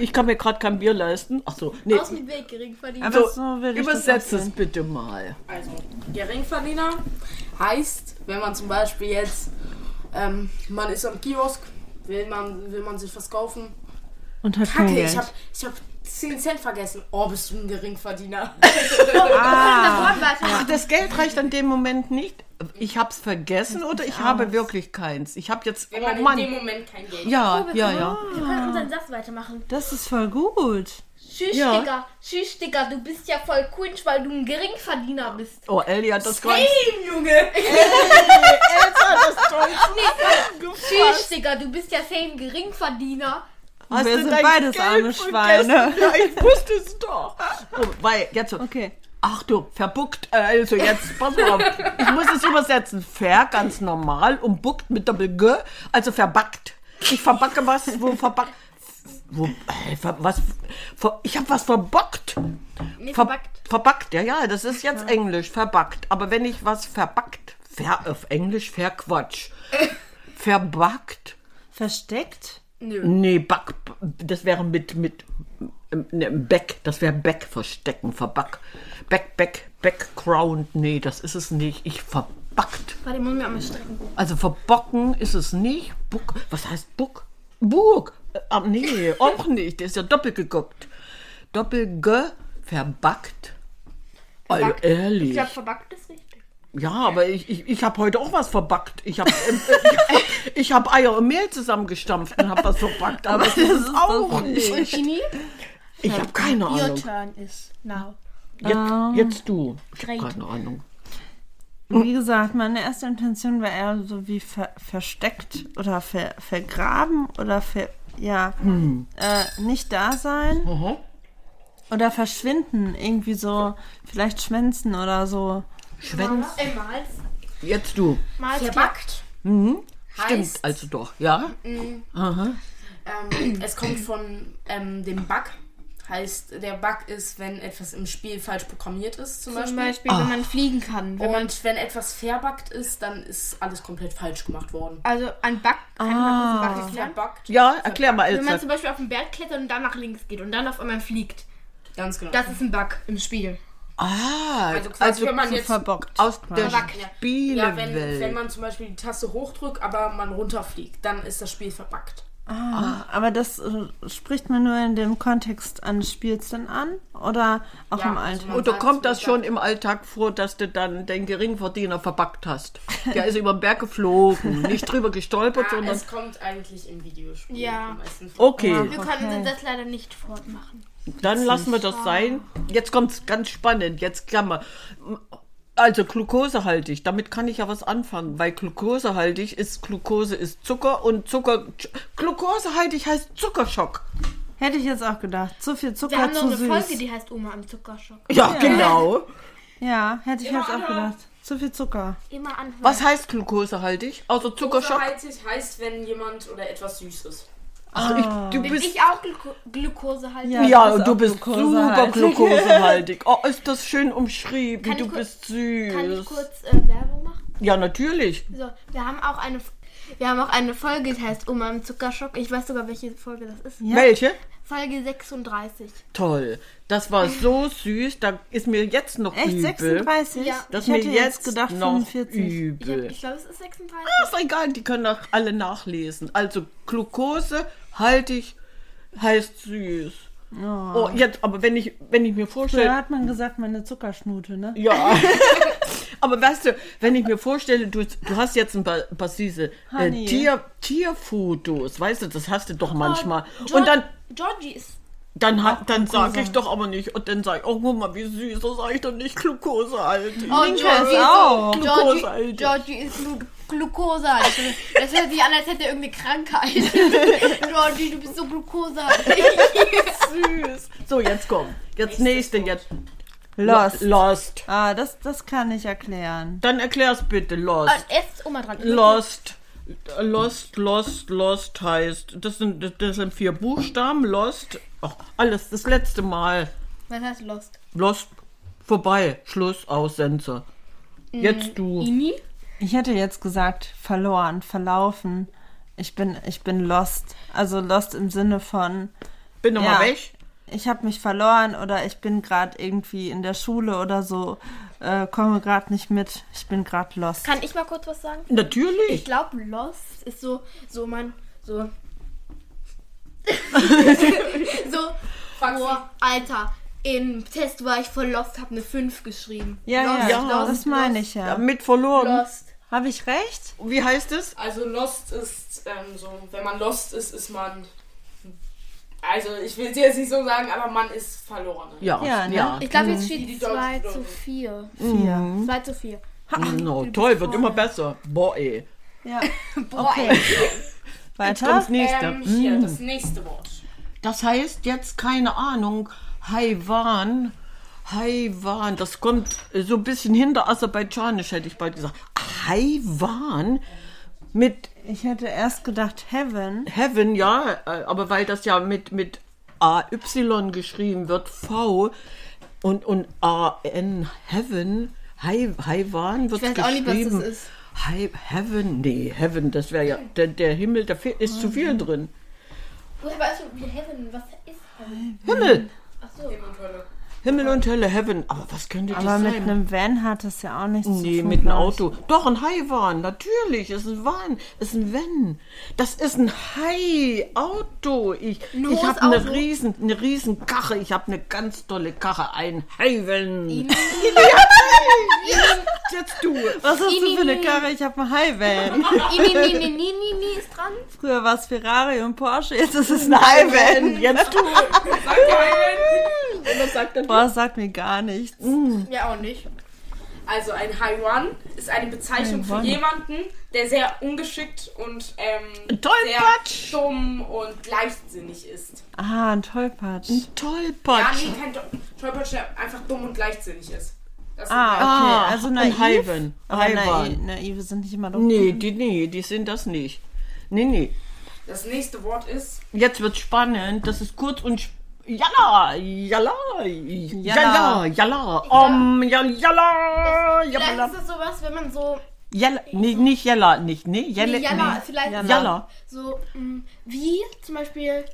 Speaker 3: ich kann mir gerade kein Bier leisten. Ach so, nee.
Speaker 4: Aus dem Weg Geringverdiener.
Speaker 2: Aber
Speaker 3: So,
Speaker 2: so würde ich
Speaker 3: übersetzt
Speaker 2: das
Speaker 3: es bitte mal.
Speaker 5: Also, Geringverdiener heißt, wenn man zum Beispiel jetzt, ähm, man ist am Kiosk, will man, will man sich was kaufen.
Speaker 2: Und hat kein
Speaker 5: Kacke,
Speaker 2: Geld.
Speaker 5: ich hab, ich hab 10 Cent vergessen. Oh, bist du ein Geringverdiener.
Speaker 4: Ah. Das Wort war
Speaker 3: Ach, das Geld reicht an dem Moment nicht. Ich hab's vergessen oder ich habe wirklich keins. Ich habe jetzt.
Speaker 5: Wenn man
Speaker 3: Oh
Speaker 5: in dem
Speaker 3: Mann.
Speaker 5: Moment kein Geld
Speaker 3: Ja,
Speaker 4: Oh,
Speaker 3: ja,
Speaker 4: wir-
Speaker 3: ja.
Speaker 4: Wir können unseren Satz weitermachen.
Speaker 2: Das ist voll gut.
Speaker 4: Tschüss,
Speaker 3: Ja.
Speaker 4: Digga. Tschüss, Digga. Du bist ja voll cringe, weil du ein Geringverdiener bist.
Speaker 3: Oh, Ellie hat das ganz.
Speaker 5: Hey, Junge!
Speaker 4: Tschüss, Digga. Du bist ja same Geringverdiener.
Speaker 3: Hast
Speaker 2: Wir
Speaker 3: du
Speaker 2: sind
Speaker 3: dein
Speaker 2: beides
Speaker 3: Geld
Speaker 2: arme
Speaker 3: vergessen?
Speaker 2: Schweine.
Speaker 3: Ja, ich wusste es doch. Oh, weil, jetzt so.
Speaker 2: Okay.
Speaker 3: Ach du, verbuckt. Äh, Also jetzt, pass mal auf. Ich muss es übersetzen. Ver, ganz normal, und buckt mit Doppel-G, also verbackt. Ich verbacke was, wo verbackt. Wo, äh, ver, was, ver, ich habe was verbockt.
Speaker 4: Nee,
Speaker 3: Ver,
Speaker 4: verbackt.
Speaker 3: verbackt, ja, ja, das ist jetzt Englisch, verbackt. Aber wenn ich was verbackt, ver, auf Englisch verquatsch. Verbackt.
Speaker 2: Versteckt?
Speaker 3: Nee, Back, das wäre mit, mit, ne, Back, das wäre Back verstecken, verback. Back, Back, Background, nee, das ist es nicht. Ich verbackt.
Speaker 4: Warte, muss mir einmal strecken.
Speaker 3: Also verbocken ist es nicht. Buck, was heißt Buck? Burg. Äh, ah, nee, auch nicht. Der ist ja doppelt geguckt. Doppel G, verbackt. Also
Speaker 4: Verbackt. Ich
Speaker 3: ehrlich.
Speaker 4: glaube, verbackt ist richtig.
Speaker 3: Ja, aber ich, ich, ich habe heute auch was verbackt. Ich habe ähm, äh, ich hab, ich hab Eier und Mehl zusammengestampft und habe was verbackt. Aber das ist es auch nicht.
Speaker 4: Chini,
Speaker 3: Ich habe keine
Speaker 4: your
Speaker 3: Ahnung.
Speaker 4: turn is now.
Speaker 3: Jetzt, jetzt du. Ich habe
Speaker 4: great.
Speaker 3: keine Ahnung.
Speaker 2: Wie gesagt, meine erste Intention war eher so wie ver versteckt oder ver vergraben oder ver ja, äh, nicht da sein
Speaker 5: Mhm.
Speaker 2: oder verschwinden, irgendwie so, vielleicht schwänzen oder so.
Speaker 3: Schwänz.
Speaker 4: Ey, Malz.
Speaker 3: Jetzt du.
Speaker 4: Malz.
Speaker 5: Verbackt.
Speaker 3: Mhm. Stimmt,
Speaker 5: Heißt,
Speaker 3: also doch, ja?
Speaker 5: ähm, es kommt von ähm, dem Bug. Heißt, der Bug ist, wenn etwas im Spiel falsch programmiert ist, zum
Speaker 4: Zum
Speaker 5: Beispiel.
Speaker 4: Beispiel, wenn man fliegen kann. Wenn man,
Speaker 5: Und wenn etwas verbuggt ist, dann ist alles komplett falsch gemacht worden. Also
Speaker 4: also ein Back kann man
Speaker 3: Ah.
Speaker 5: Ah.
Speaker 4: kurz einen Back erklären.
Speaker 5: Verbuggt,
Speaker 3: Ja, erklär mal,
Speaker 4: Wenn man
Speaker 3: Elsa.
Speaker 4: zum Beispiel auf den Berg klettert und dann nach links geht und dann auf einmal fliegt.
Speaker 5: ganz genau.
Speaker 4: Das ist ein Bug im Spiel.
Speaker 3: Ah,
Speaker 5: also quasi, wenn man
Speaker 2: so
Speaker 5: jetzt-
Speaker 2: verbockt.
Speaker 3: aus der
Speaker 4: Verbackt, ja.
Speaker 5: ja, wenn, wenn
Speaker 3: Spielewelt.
Speaker 5: man zum Beispiel die Taste hochdrückt, aber man runterfliegt, dann ist das Spiel verbuggt.
Speaker 2: Ah, aber das äh, spricht man nur in dem Kontext eines Spiels dann an oder auch
Speaker 5: Ja,
Speaker 2: im
Speaker 5: also
Speaker 2: Alltag?
Speaker 5: man-
Speaker 3: Oder kommt das schon im Alltag vor, dass du dann den Geringverdiener verbackt hast? Der ist über den Berg geflogen, nicht drüber gestolpert,
Speaker 5: Ja,
Speaker 3: sondern...
Speaker 5: Ah, es kommt eigentlich im Videospiel.
Speaker 4: Ja.
Speaker 5: am meisten vor.
Speaker 3: Okay,
Speaker 4: Wir
Speaker 2: Okay.
Speaker 4: können unseren Satz leider nicht fortmachen.
Speaker 3: Dann lassen wir das sein. Jetzt kommt's ganz spannend. Jetzt Klammer. Also glukosehaltig, damit kann ich ja was anfangen, weil glukosehaltig ist, Glukose ist Zucker und Zucker, glukosehaltig heißt Zuckerschock.
Speaker 2: Hätte ich jetzt auch gedacht. Zu viel Zucker,
Speaker 4: Wir haben noch
Speaker 2: zu
Speaker 4: eine
Speaker 2: süß.
Speaker 4: Folge, die heißt Oma am Zuckerschock.
Speaker 3: Ja, genau.
Speaker 2: ja, hätte ich jetzt auch gedacht. Zu viel Zucker.
Speaker 4: Immer anhören.
Speaker 3: Was heißt glukosehaltig? Also Zuckerschock?
Speaker 5: Zuckerhaltig heißt, wenn jemand oder etwas süß ist.
Speaker 3: Ach, Ah. ich, du
Speaker 4: Bin
Speaker 3: bist,
Speaker 4: ich auch Gluko Glukose halt?
Speaker 2: Ja.
Speaker 3: ja,
Speaker 2: Das ist
Speaker 3: du
Speaker 2: auch also
Speaker 3: bist super
Speaker 2: glukosehaltig.
Speaker 3: glukosehaltig. Oh, ist das schön umschrieben.
Speaker 4: Kann ich
Speaker 3: du
Speaker 4: kurz-
Speaker 3: bist süß.
Speaker 4: Kann ich kurz äh, Werbung machen?
Speaker 3: ja, natürlich.
Speaker 4: So, wir haben auch eine... Wir haben auch eine Folge, die heißt Oma im Zuckerschock. Ich weiß sogar, welche Folge das ist.
Speaker 3: Welche?
Speaker 4: Folge 36.
Speaker 3: Toll. Das war so süß. Da ist mir jetzt noch
Speaker 2: Echt,
Speaker 3: übel.
Speaker 2: 36?
Speaker 4: Ja.
Speaker 3: Das
Speaker 2: ich
Speaker 3: mir
Speaker 2: hätte jetzt gedacht
Speaker 3: noch
Speaker 2: 45.
Speaker 4: Ich, hab-
Speaker 3: übel.
Speaker 4: ich glaube, es ist 36.
Speaker 3: Ist egal, die können auch alle nachlesen. Also Glucose haltig heißt süß. Oh, jetzt, aber wenn ich, wenn ich mir
Speaker 2: Da
Speaker 3: vorstelle,
Speaker 2: hat man gesagt, meine Zuckerschnute, ne?
Speaker 3: ja. aber weißt du, wenn ich mir vorstelle, du, du hast jetzt ein paar, paar süße äh,
Speaker 2: Honey.
Speaker 3: Tier, Tierfotos, weißt du, das hast du doch manchmal.
Speaker 4: Geor-
Speaker 3: Und dann,
Speaker 4: Georgie ist...
Speaker 3: dann, hat- dann sage ich doch aber nicht, und dann sage ich, oh, guck mal, wie süß, das sage ich doch nicht, Glucose haltig.
Speaker 4: Oh,
Speaker 2: Georgie ist auch.
Speaker 4: Georgie,
Speaker 3: Glukosehaltig.
Speaker 4: Georgie ist Glu glukosehaltig. Das hört sich an, als hätte er irgendeine Krankheit. Georgie, du bist so glukosehaltig.
Speaker 3: süß. So, jetzt komm. Jetzt nächste, jetzt.
Speaker 2: Lost.
Speaker 3: Lost.
Speaker 2: Ah, das, das kann ich erklären.
Speaker 3: Dann erklär's bitte, Lost.
Speaker 4: Und jetzt ist Oma dran.
Speaker 3: Lost. Äh, Lost, Lost, Lost heißt. Das sind, das sind vier Buchstaben. Lost. Ach, alles, das letzte Mal.
Speaker 4: Was heißt Lost?
Speaker 3: Lost. Vorbei. Schluss aus Sense. Jetzt
Speaker 2: Mm.
Speaker 3: du.
Speaker 4: Ini?
Speaker 2: Ich hätte jetzt gesagt, verloren, verlaufen. Ich bin, ich bin lost. Also lost im Sinne von,
Speaker 3: Bin nochmal
Speaker 2: Ja.
Speaker 3: weg.
Speaker 2: ich habe mich verloren oder ich bin gerade irgendwie in der Schule oder so, äh, komme gerade nicht mit, ich bin gerade lost.
Speaker 4: Kann ich mal kurz was sagen? Ich
Speaker 3: Natürlich.
Speaker 4: glaube, Lost ist so, so mein, so. so, boah, Alter. Im Test war ich voll Lost, hab eine 5 geschrieben.
Speaker 2: ja,
Speaker 4: lost,
Speaker 2: ja,
Speaker 4: lost,
Speaker 2: das meine
Speaker 4: lost,
Speaker 2: ich ja.
Speaker 3: Damit verloren.
Speaker 4: Lost.
Speaker 2: Habe ich recht?
Speaker 3: Wie heißt es?
Speaker 5: Also Lost ist ähm, so, wenn man Lost ist, ist man. Also ich will es jetzt nicht so sagen, aber man ist verloren.
Speaker 3: Ja.
Speaker 2: Ja, ne?
Speaker 4: Ich glaube, jetzt
Speaker 5: Die
Speaker 4: steht
Speaker 5: Deutschen
Speaker 4: 2 zu
Speaker 5: dürfen.
Speaker 4: 4.
Speaker 2: Vier.
Speaker 4: 2 zu 4.
Speaker 3: Mm, No, toll, wird immer besser. Boah, ey.
Speaker 2: Ja.
Speaker 4: Boah,
Speaker 2: Okay.
Speaker 4: ey.
Speaker 3: Jetzt
Speaker 2: Weiter?
Speaker 3: kommt's nächste.
Speaker 5: Ähm, hier, das nächste Wort.
Speaker 3: ne? Mm. Das heißt jetzt, keine Ahnung, Haiwan. Haiwan, das kommt so ein bisschen hinter Aserbaidschanisch, hätte ich bald gesagt. Haiwan mit
Speaker 2: Ich hätte erst gedacht Heaven.
Speaker 3: Heaven, ja, äh, aber weil das ja mit, mit AY geschrieben wird, V und, und AN, Heaven, Hai- Haiwan wird
Speaker 4: Ich weiß auch nicht,
Speaker 3: geschrieben.
Speaker 4: was das ist.
Speaker 3: Hai- Heaven, nee, Heaven, das wäre ja, der, der Himmel, da fe- ist zu
Speaker 4: Oh
Speaker 3: viel drin.
Speaker 4: Woher weißt du, wie Heaven, was ist Heaven?
Speaker 3: Himmel,
Speaker 4: Achso.
Speaker 3: Himmel und Hölle, Heaven, aber was könnte das
Speaker 2: Aber
Speaker 3: sein?
Speaker 2: mit einem Van hat es ja auch nichts zu
Speaker 3: Nee,
Speaker 2: tun.
Speaker 3: mit einem
Speaker 2: glaub ich.
Speaker 3: Auto. Doch, ein Haiwan, natürlich. Ist ein Wan, ist ein Wenn. Das ist ein Hai-Auto. Ich,
Speaker 4: Ein
Speaker 3: ich habe
Speaker 4: hohes
Speaker 3: eine
Speaker 4: Auto.
Speaker 3: riesen, eine riesen Karre. Ich habe eine ganz tolle Karre. Ein Haiwen. Jetzt du.
Speaker 2: Was hast du für eine
Speaker 4: Ini.
Speaker 2: Karre? Ich habe einen High-Van.
Speaker 4: Ini, ni, ni, ni, ni, ni ist dran.
Speaker 2: Früher war es Ferrari und Porsche, jetzt ist es ein High-Van.
Speaker 3: Jetzt du.
Speaker 5: Was sagt er?
Speaker 2: Boah, das sagt mir gar nichts.
Speaker 3: Mhm.
Speaker 4: Ja, auch nicht.
Speaker 5: Also ein Haiwan ist eine Bezeichnung für jemanden, der sehr ungeschickt und ähm, sehr
Speaker 3: Tollpatsch.
Speaker 5: dumm und leichtsinnig ist.
Speaker 2: Ah, ein Tollpatsch.
Speaker 3: Mhm.
Speaker 5: Ja,
Speaker 3: Tollpatsch.
Speaker 5: nee, kein Do- Tollpatsch, der einfach dumm und leichtsinnig ist. Das ist
Speaker 2: Ah, okay.
Speaker 5: ein-
Speaker 3: Ah,
Speaker 2: also
Speaker 3: ein
Speaker 2: naiv.
Speaker 3: Haiwan.
Speaker 2: Aber
Speaker 3: Haiwan.
Speaker 2: naiv, naive sind nicht immer dumm.
Speaker 3: Nee, die, nee, die sind das nicht. Nee, nee.
Speaker 5: Das nächste Wort ist
Speaker 3: Jetzt wird's spannend. Das ist kurz und sp- Jalla, jalla, jalla,
Speaker 2: Jalla.
Speaker 3: jalla, om, jalla,
Speaker 2: Äh,
Speaker 3: jalla,
Speaker 4: Vielleicht
Speaker 3: jalla,
Speaker 4: ist das sowas, wenn man so.
Speaker 3: jalla, nee, nicht jalla, nicht, nee, jalla,
Speaker 4: Nee, Jalla,
Speaker 3: nee.
Speaker 4: vielleicht
Speaker 2: Jalla.
Speaker 3: jalla.
Speaker 4: so. mm, wie zum Beispiel.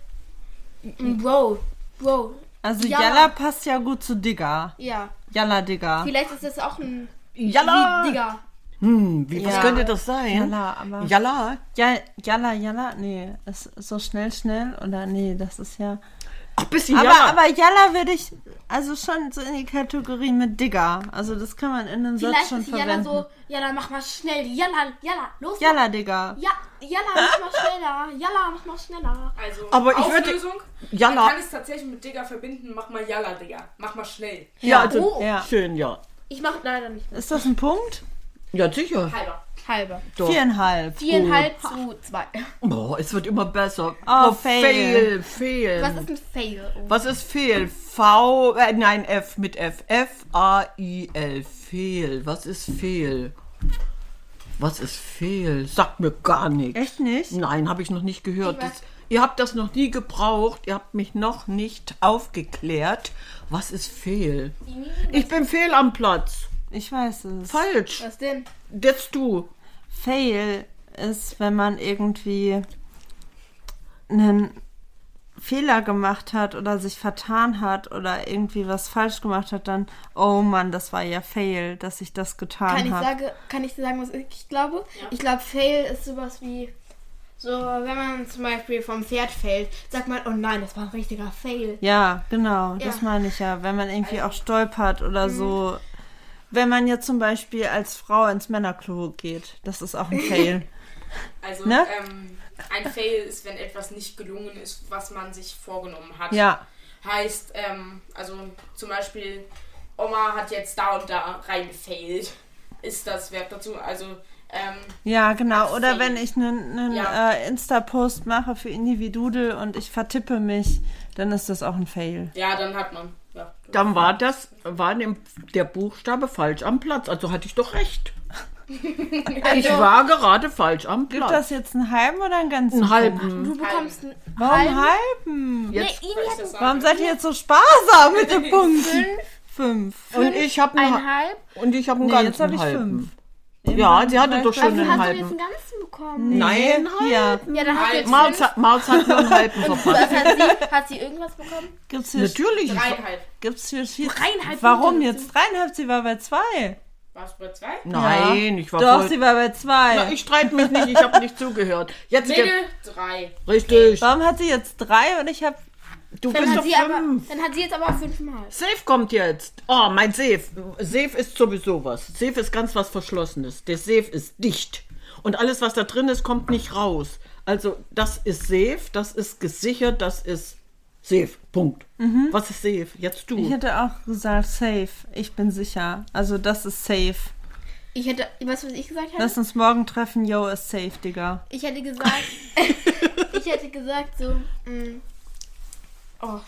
Speaker 4: Mm, Bro. Bro.
Speaker 2: Also
Speaker 4: Jalla.
Speaker 2: Jalla. Ah. passt ja gut zu Digger.
Speaker 4: Ja.
Speaker 2: Jalla Digger.
Speaker 4: Vielleicht ist das auch ein.
Speaker 3: Jalla,
Speaker 4: Wie, Digga.
Speaker 3: Hm, wie, was
Speaker 2: Ja.
Speaker 3: könnte das sein?
Speaker 2: Jalla, aber-
Speaker 3: Jalla,
Speaker 2: Ja, Jalla, Jalla, nee, ist so schnell, schnell oder nee, das ist ja.
Speaker 3: ach, bisschen
Speaker 2: Aber,
Speaker 3: jalla.
Speaker 2: aber Jalla würde ich, also schon so in die Kategorie mit Digger. Also das kann man in einem Satz
Speaker 4: Vielleicht
Speaker 2: schon
Speaker 4: ist Jalla
Speaker 2: verwenden.
Speaker 4: so. Jalla, mach mal schnell. Jalla, Jalla, los.
Speaker 2: Jalla, Digger.
Speaker 4: Ja, Jalla, mach mal schneller. Jalla, mach mal schneller.
Speaker 5: also
Speaker 3: Aber ich würde-
Speaker 5: Auflösung.
Speaker 3: Jalla.
Speaker 5: Man kann es tatsächlich mit Digger verbinden. Mach mal Jalla, Digger. Mach mal schnell.
Speaker 4: oh.
Speaker 3: ja, also,
Speaker 2: Ja.
Speaker 3: schön, ja.
Speaker 4: Ich mache leider nicht mehr.
Speaker 2: Ist das ein Punkt?
Speaker 3: Ja, sicher.
Speaker 4: Halber. Halber.
Speaker 3: Doch.
Speaker 2: Viereinhalb.
Speaker 4: Viereinhalb zu zwei.
Speaker 3: Boah, es wird immer besser.
Speaker 2: Oh, fail.
Speaker 3: Fail, fail.
Speaker 4: Was ist ein Fail? Oh.
Speaker 3: Was ist fehl? V, äh, nein, F mit F. F, A, I, L. Fehl. Was ist fehl? Was ist fehl? Sagt mir gar nichts.
Speaker 2: Oh. Echt nicht?
Speaker 3: Nein, habe ich noch nicht gehört.
Speaker 4: Ich weiß-
Speaker 3: Das, ihr habt das noch nie gebraucht. Ihr habt mich noch nicht aufgeklärt. Was ist fehl? Ich bin fehl am Platz.
Speaker 2: Ich weiß es.
Speaker 3: Falsch.
Speaker 4: Was denn?
Speaker 3: Jetzt du.
Speaker 2: Fail ist, wenn man irgendwie einen Fehler gemacht hat oder sich vertan hat oder irgendwie was falsch gemacht hat, dann, oh Mann, das war ja Fail, dass ich das getan
Speaker 4: Kann ich,
Speaker 2: habe.
Speaker 4: sage, kann ich dir sagen, was ich glaube? Ich glaube, Fail ist sowas wie. So, wenn man zum Beispiel vom Pferd fällt, sagt man, oh nein, das war ein richtiger Fail.
Speaker 2: Ja, genau, das
Speaker 4: Ja. Also Mhm.
Speaker 2: meine ich ja. Wenn man irgendwie auch stolpert oder so. Wenn man ja zum Beispiel als Frau ins Männerklo geht, das ist auch ein Fail.
Speaker 5: Also
Speaker 2: Ne?
Speaker 5: ähm, ein Fail ist, wenn etwas nicht gelungen ist, was man sich vorgenommen hat.
Speaker 2: ja,
Speaker 5: Heißt, ähm, also zum Beispiel, Oma hat jetzt da und da reingefailt. Ist das Verb dazu? Also, ähm,
Speaker 2: ja, genau. Oder
Speaker 5: Fail.
Speaker 2: wenn ich einen einen,
Speaker 5: Ja.
Speaker 2: äh, Insta-Post mache für Individudel und ich vertippe mich, dann ist das auch ein Fail.
Speaker 5: ja, dann hat man. Ja.
Speaker 3: Dann war das, war dem, der Buchstabe falsch am Platz. Also hatte ich doch recht. Ich
Speaker 4: Also-
Speaker 3: war gerade falsch am
Speaker 2: Gibt
Speaker 3: Platz.
Speaker 2: das jetzt einen halben oder einen ganzen?
Speaker 3: einen
Speaker 2: Punkt?
Speaker 3: halben.
Speaker 4: Du bekommst einen
Speaker 2: Warum
Speaker 4: halben.
Speaker 2: halben?
Speaker 3: Jetzt.
Speaker 4: Nee, Ini
Speaker 5: Soll ich
Speaker 4: hat
Speaker 5: das
Speaker 2: Warum
Speaker 5: sagen?
Speaker 2: seid ihr jetzt so sparsam mit den Punkten? Fünf.
Speaker 3: Und ich habe einen,
Speaker 4: eineinhalb.
Speaker 3: und ich hab einen
Speaker 2: Nee, jetzt
Speaker 3: ganzen
Speaker 2: habe ich
Speaker 3: halben.
Speaker 2: fünf.
Speaker 3: Ja, sie hatte doch schon
Speaker 4: Also
Speaker 3: einen
Speaker 4: hast du jetzt einen
Speaker 3: halben.
Speaker 4: ganzen bekommen?
Speaker 3: Nein,
Speaker 2: Nee, hier.
Speaker 4: Ja, dann hast du jetzt
Speaker 3: Maus
Speaker 4: fünf.
Speaker 3: hat, Maus hat nur einen halben verpasst.
Speaker 4: Was hat sie? Hat sie irgendwas bekommen?
Speaker 2: Gibt's hier,
Speaker 3: Natürlich.
Speaker 5: Dreieinhalb.
Speaker 2: gibt's hier vier?
Speaker 4: Dreieinhalb
Speaker 2: Warum
Speaker 4: Punkte.
Speaker 2: jetzt dreieinhalb? Sie war bei zwei.
Speaker 5: Warst du bei zwei?
Speaker 3: Nein,
Speaker 2: Ja.
Speaker 3: ich war
Speaker 2: Doch,
Speaker 3: voll.
Speaker 2: sie war bei zwei.
Speaker 3: Na, ich streite mich nicht, ich habe nicht zugehört. Jetzt gibt,
Speaker 5: Mädel? Drei.
Speaker 3: richtig.
Speaker 2: Warum hat sie jetzt drei und ich habe...
Speaker 3: Du
Speaker 4: Dann
Speaker 3: bist
Speaker 4: hat,
Speaker 3: auf
Speaker 4: sie aber,
Speaker 3: fünf.
Speaker 4: dann hat sie jetzt aber fünfmal.
Speaker 3: Safe kommt jetzt. Oh, mein Safe. Safe ist sowieso was. Safe ist ganz was Verschlossenes. Der Safe ist dicht. Und alles, was da drin ist, kommt nicht raus. Also, das ist safe, das ist gesichert, das ist safe. Punkt. Was ist safe? Jetzt
Speaker 2: Ich
Speaker 3: du.
Speaker 2: hätte auch gesagt, safe. Ich bin sicher. Also das ist safe.
Speaker 4: Ich hätte, weißt du, was ich gesagt habe?
Speaker 2: Lass uns morgen treffen. Yo, ist safe, Digga.
Speaker 4: Ich hätte gesagt, ich hätte gesagt so, mh, oh,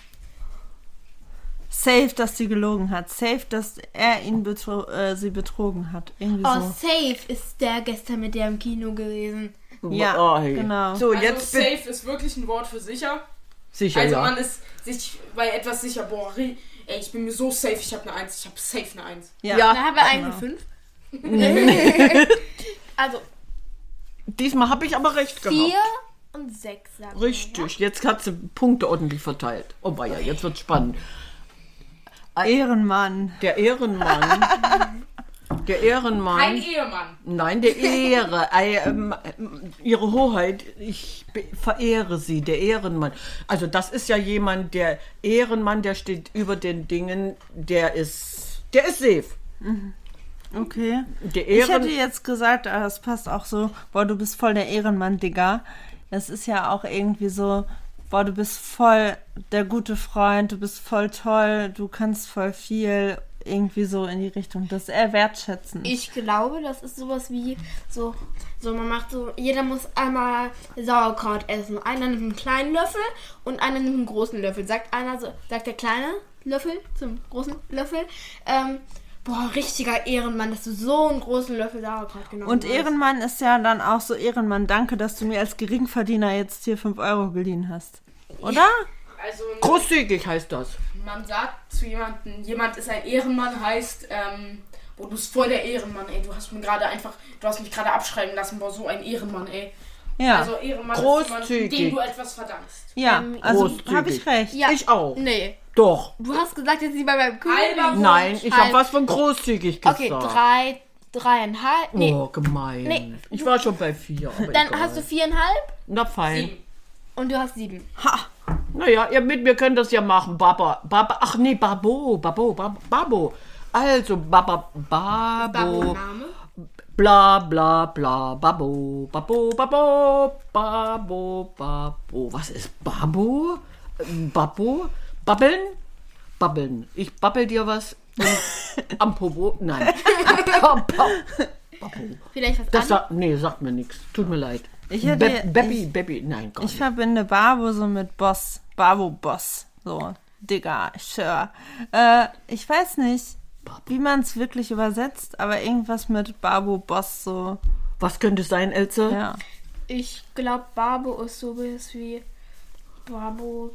Speaker 2: Safe, dass sie gelogen hat. Safe, dass er ihn betro äh, sie betrogen hat. Irgendwie
Speaker 4: oh
Speaker 2: so.
Speaker 4: safe ist der gestern mit der im Kino gewesen.
Speaker 2: Ja,
Speaker 3: Oh, hey.
Speaker 2: genau.
Speaker 3: So,
Speaker 5: Also
Speaker 3: jetzt bin
Speaker 5: safe ist wirklich ein Wort für sicher.
Speaker 3: sicher,
Speaker 5: Also
Speaker 3: ja.
Speaker 5: man ist sich bei etwas sicher, boah, ri- ey, ich bin mir so safe, ich habe eine Eins, ich habe safe eine Eins.
Speaker 3: Ja. Genau.
Speaker 4: Da haben wir einen von fünf. also
Speaker 3: Diesmal habe ich aber recht gehabt.
Speaker 4: vier und sechs sagen wir, ja?
Speaker 3: Genau. Richtig. Jetzt hat sie Punkte ordentlich verteilt. Oh, ja, jetzt wird's spannend.
Speaker 2: Ehrenmann.
Speaker 3: Der Ehrenmann. der Ehrenmann.
Speaker 5: Ein Ehemann.
Speaker 3: Nein, der Ehre. Ei, ähm, ähm, ihre Hoheit, ich be- verehre sie, der Ehrenmann. Also das ist ja jemand, der Ehrenmann, der steht über den Dingen, der ist, der ist safe.
Speaker 2: Okay.
Speaker 3: Der
Speaker 2: Ich hätte
Speaker 3: Ehren,
Speaker 2: jetzt gesagt, ah, das passt auch so, boah, du bist voll der Ehrenmann, Digga. Das ist ja auch irgendwie so, boah, du bist voll der gute Freund, du bist voll toll, du kannst voll viel, irgendwie so in die Richtung, das eher wertschätzen.
Speaker 4: Ich glaube, das ist sowas wie so, so man macht so, jeder muss einmal Sauerkraut essen. Einer nimmt einen kleinen Löffel und einer nimmt einen großen Löffel. Sagt einer so, sagt der kleine Löffel zum großen Löffel, ähm, boah, richtiger Ehrenmann, dass du so einen großen Löffel Sauerkraut genommen
Speaker 2: Und
Speaker 4: hast.
Speaker 2: Ehrenmann ist ja dann auch so Ehrenmann, danke, dass du mir als Geringverdiener jetzt hier 5 Euro geliehen hast. Oder?
Speaker 5: Also
Speaker 3: großzügig heißt das.
Speaker 5: man sagt zu jemandem, jemand ist ein Ehrenmann, heißt, ähm, boah, du bist voll der Ehrenmann, ey, du hast mir gerade einfach, du hast mich gerade abschreiben lassen, boah, so ein Ehrenmann, ey.
Speaker 2: Ja.
Speaker 5: Also Ehrenmann ist
Speaker 3: Großzügig.
Speaker 5: jemand, dem du etwas verdankst.
Speaker 2: ja,
Speaker 4: ähm,
Speaker 2: also
Speaker 3: großzügig.
Speaker 2: habe ich recht.
Speaker 4: Ja.
Speaker 3: Ich auch.
Speaker 4: Nee,
Speaker 3: Doch.
Speaker 4: du hast gesagt, jetzt nicht bei meinem
Speaker 5: Halber
Speaker 4: Kuchen.
Speaker 5: Mund.
Speaker 3: Nein, ich habe
Speaker 4: Halt.
Speaker 3: was von großzügig gesagt.
Speaker 4: Okay, drei, dreieinhalb. Nee,
Speaker 3: Oh, gemein.
Speaker 4: Nee.
Speaker 3: Ich war schon bei vier. Aber
Speaker 4: dann
Speaker 3: egal.
Speaker 4: hast du viereinhalb
Speaker 3: Na fein.
Speaker 5: Sieben.
Speaker 4: und du hast sieben.
Speaker 3: Naja, ihr mit mir könnt das ja machen. Baba. Baba. Ach nee, Babo. Babo. Bab- Babo. Also, Baba. Babo.
Speaker 4: Name?
Speaker 3: Bla bla bla. Babo. Babo. Babo. Babo. Babo. Was ist Babo? Ähm, Babo? Babbeln? Babbeln. Ich babbel dir was. Am Popo? Nein. Am Popo.
Speaker 4: Vielleicht
Speaker 3: Das
Speaker 4: was anderes.
Speaker 3: sagt, nee, sagt mir nichts. Tut mir leid.
Speaker 2: Ich hätte-
Speaker 3: Be Beppi, Beppi, nein, gar
Speaker 2: Ich
Speaker 3: nicht.
Speaker 2: verbinde Barbo so mit Boss. Barbo Boss. So, Digga, sure. Äh, ich weiß nicht, wie man es wirklich übersetzt, aber irgendwas mit Barbo Boss so.
Speaker 3: Was könnte es sein, Elze?
Speaker 2: Ja.
Speaker 4: Ich glaube, Babo ist so was wie Babo,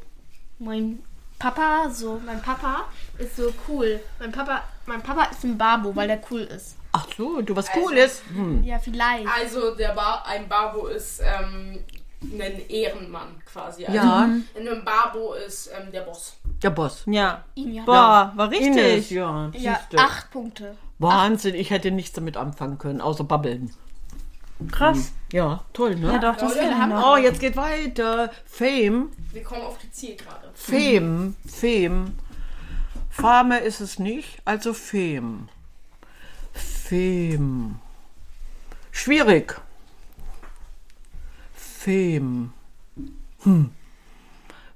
Speaker 4: mein Papa, so mein Papa ist so cool. Mein Papa, mein Papa ist ein Babo, weil er cool ist.
Speaker 3: Ach so, du was Cooles. Hm.
Speaker 4: Ja, vielleicht.
Speaker 2: Ah,
Speaker 5: Also der Bar, ein Babo ist ähm, ein Ehrenmann quasi. Also
Speaker 3: Ja,
Speaker 2: Mhm.
Speaker 5: Ein Babo ist ähm, der Boss.
Speaker 3: der Boss.
Speaker 2: Ja.
Speaker 4: Ihn ja.
Speaker 2: Boah, war richtig.
Speaker 3: Ines, ja,
Speaker 4: ja,
Speaker 3: siehste.
Speaker 4: acht Punkte.
Speaker 3: Wahnsinn, ich hätte nichts damit anfangen können, außer babbeln.
Speaker 2: Krass.
Speaker 3: Ja, toll, ne?
Speaker 2: Ja, doch, das
Speaker 5: Leute,
Speaker 2: will ich
Speaker 5: haben
Speaker 2: noch.
Speaker 3: Oh, jetzt geht weiter. Fame,
Speaker 5: Wir kommen auf die Zielgerade.
Speaker 3: Fame, Fame. Fame ist es nicht, also Fame. Fame. Schwierig. Fame. Hm.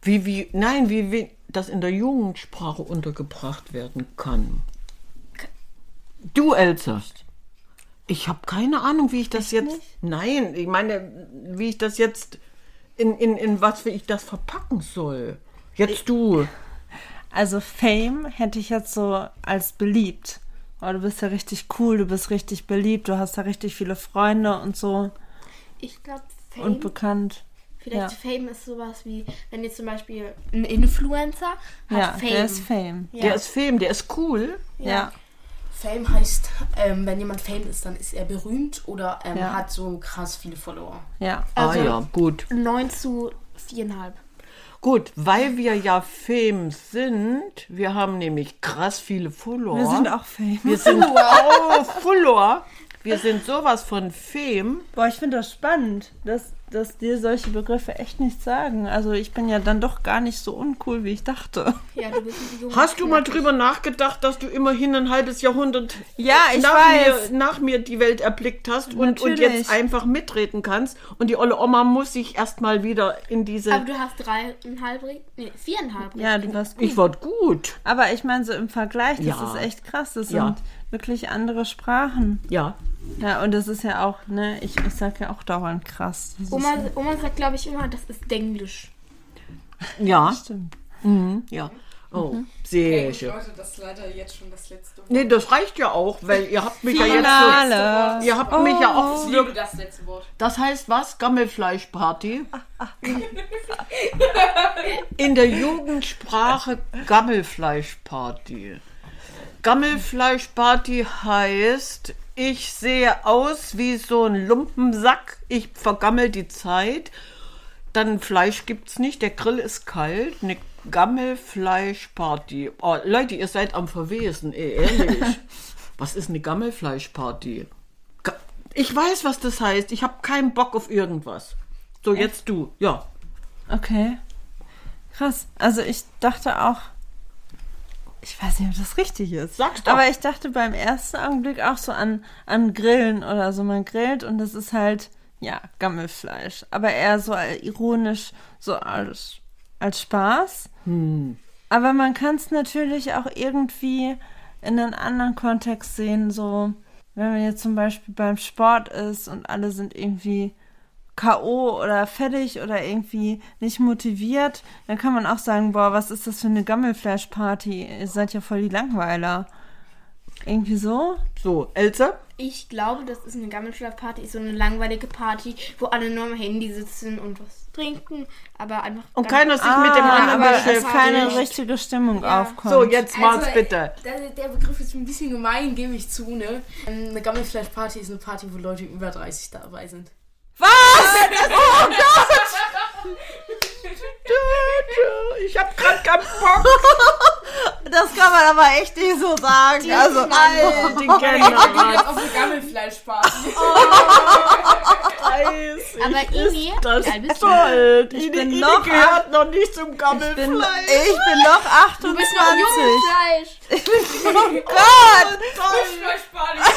Speaker 3: Wie, wie, nein, wie, wie das in der Jugendsprache untergebracht werden kann. Du, Elzerst. Ich habe keine Ahnung, wie ich das jetzt. Nein, ich meine, wie ich das jetzt. In, in, in was ich das verpacken soll. Jetzt du.
Speaker 2: Also Fame hätte ich jetzt so als beliebt. Oh, du bist ja richtig cool, du bist richtig beliebt, du hast ja richtig viele Freunde und so
Speaker 4: Ich glaube, Fame.
Speaker 2: und bekannt.
Speaker 4: vielleicht
Speaker 2: ja.
Speaker 4: Fame ist sowas wie, wenn jetzt zum Beispiel ein Influencer hat
Speaker 2: Ja,
Speaker 4: Fame.
Speaker 2: der ist Fame.
Speaker 4: Ja.
Speaker 3: Der ist Film, der ist cool.
Speaker 2: Ja.
Speaker 5: Fame heißt, ähm, wenn jemand Fame ist, dann ist er berühmt oder ähm,
Speaker 2: Ja.
Speaker 5: hat so krass viele Follower.
Speaker 2: Ja.
Speaker 4: Also-
Speaker 3: ah ja, gut.
Speaker 4: 9 zu 4,5.
Speaker 3: Gut, weil wir ja Fame sind, wir haben nämlich krass viele Follower.
Speaker 2: Wir sind auch Fame.
Speaker 3: Wir sind auch Follower. Wir sind sowas von Fame.
Speaker 2: Boah, ich finde das spannend, dass, dass dir solche Begriffe echt nichts sagen. Also ich bin ja dann doch gar nicht so uncool, wie ich dachte.
Speaker 4: Ja, du bist ein Junge.
Speaker 3: Hast du mal drüber nachgedacht, dass du immerhin ein halbes Jahrhundert
Speaker 2: Ja, ich
Speaker 3: nach,
Speaker 2: weiß.
Speaker 3: Mir, nach mir die Welt erblickt hast und, und
Speaker 2: Natürlich.
Speaker 3: jetzt einfach mitreden kannst? Und die olle Oma muss sich erstmal wieder in diese.
Speaker 4: Aber du hast dreieinhalb, Re- nee, viereinhalb. Re-
Speaker 2: Ja, du warst gut.
Speaker 3: ich war gut.
Speaker 2: Aber ich meine, so im Vergleich, das
Speaker 3: Ja.
Speaker 2: ist echt krass. Das
Speaker 3: Ja.
Speaker 2: sind wirklich andere Sprachen.
Speaker 3: Ja,
Speaker 2: Ja, und das ist ja auch, ne, ich, ich sag ja auch dauernd krass. Das
Speaker 4: Oma, Oma sagt, glaube ich, immer, das ist Denglisch.
Speaker 3: ja,
Speaker 2: ist, stimmt.
Speaker 3: ja. Oh, sehr schön.
Speaker 5: Leute, das ist leider jetzt schon das letzte Wort.
Speaker 3: Nee, das reicht ja auch, weil ihr habt mich ja jetzt
Speaker 2: Finale.
Speaker 3: so, ihr habt mich ja
Speaker 1: Oh.
Speaker 3: auch
Speaker 5: liebe das letzte Wort.
Speaker 3: Das heißt was? Gammelfleischparty? In der Jugendsprache Gammelfleischparty. Gammelfleischparty heißt, ich sehe aus wie so ein Lumpensack, ich vergammel die Zeit. Dann Fleisch gibt's nicht, der Grill ist kalt, eine Gammelfleischparty. Oh, Leute, ihr seid am Verwesen, eh, ehrlich. was ist eine Gammelfleischparty? Ga ich weiß, was das heißt. Ich habe keinen Bock auf irgendwas. So, jetzt du. Ja.
Speaker 2: Okay. Krass. Also ich dachte auch, ich weiß nicht, ob das richtig ist.
Speaker 3: Sag's doch.
Speaker 2: Aber ich dachte beim ersten Augenblick auch so an, an Grillen oder so. Man grillt und das ist halt, ja, Gammelfleisch. Aber eher so ironisch, so als, als Spaß. Aber man kann es natürlich auch irgendwie in einen anderen Kontext sehen, so wenn man jetzt zum Beispiel beim Sport ist und alle sind irgendwie K.O. oder fertig oder irgendwie nicht motiviert, dann kann man auch sagen, boah, was ist das für eine Gammelfleischparty? Ihr seid ja voll die Langweiler. Irgendwie so?
Speaker 3: So, Elze?
Speaker 4: Ich glaube, das ist eine Gammelschlafparty, ist so eine langweilige Party, wo alle nur am Handy sitzen und was trinken, aber einfach.
Speaker 3: Und
Speaker 4: gar-
Speaker 3: keiner sich mit dem anderen
Speaker 2: aber es
Speaker 3: beschäftigt.
Speaker 2: keine richtige Stimmung aufkommt.
Speaker 3: so, jetzt mal's
Speaker 5: Also,
Speaker 3: bitte.
Speaker 5: Der, der Begriff ist ein bisschen gemein, gebe ich zu, ne? Ähm, Eine Gammelfleischparty ist eine Party, wo Leute über 30 dabei sind.
Speaker 3: Ich hab grad keinen Bock.
Speaker 2: Das kann man aber echt nicht so sagen. Also,
Speaker 5: Oh
Speaker 3: Alter, die Kinder.
Speaker 5: Auf eine Gammelfleischparty.
Speaker 3: Scheiße. 30.
Speaker 4: Aber Ini,
Speaker 3: ist das
Speaker 4: wie alt bist du?
Speaker 3: bald.
Speaker 2: Ich
Speaker 3: Ini,
Speaker 2: bin
Speaker 3: Ini
Speaker 2: noch
Speaker 3: gehört noch nicht zum
Speaker 2: Ich bin,
Speaker 3: Gammelfleisch.
Speaker 2: ich bin noch
Speaker 4: Du bist noch ein
Speaker 2: 28.
Speaker 4: junges Fleisch.
Speaker 2: Gott,
Speaker 1: Fußballspanisch.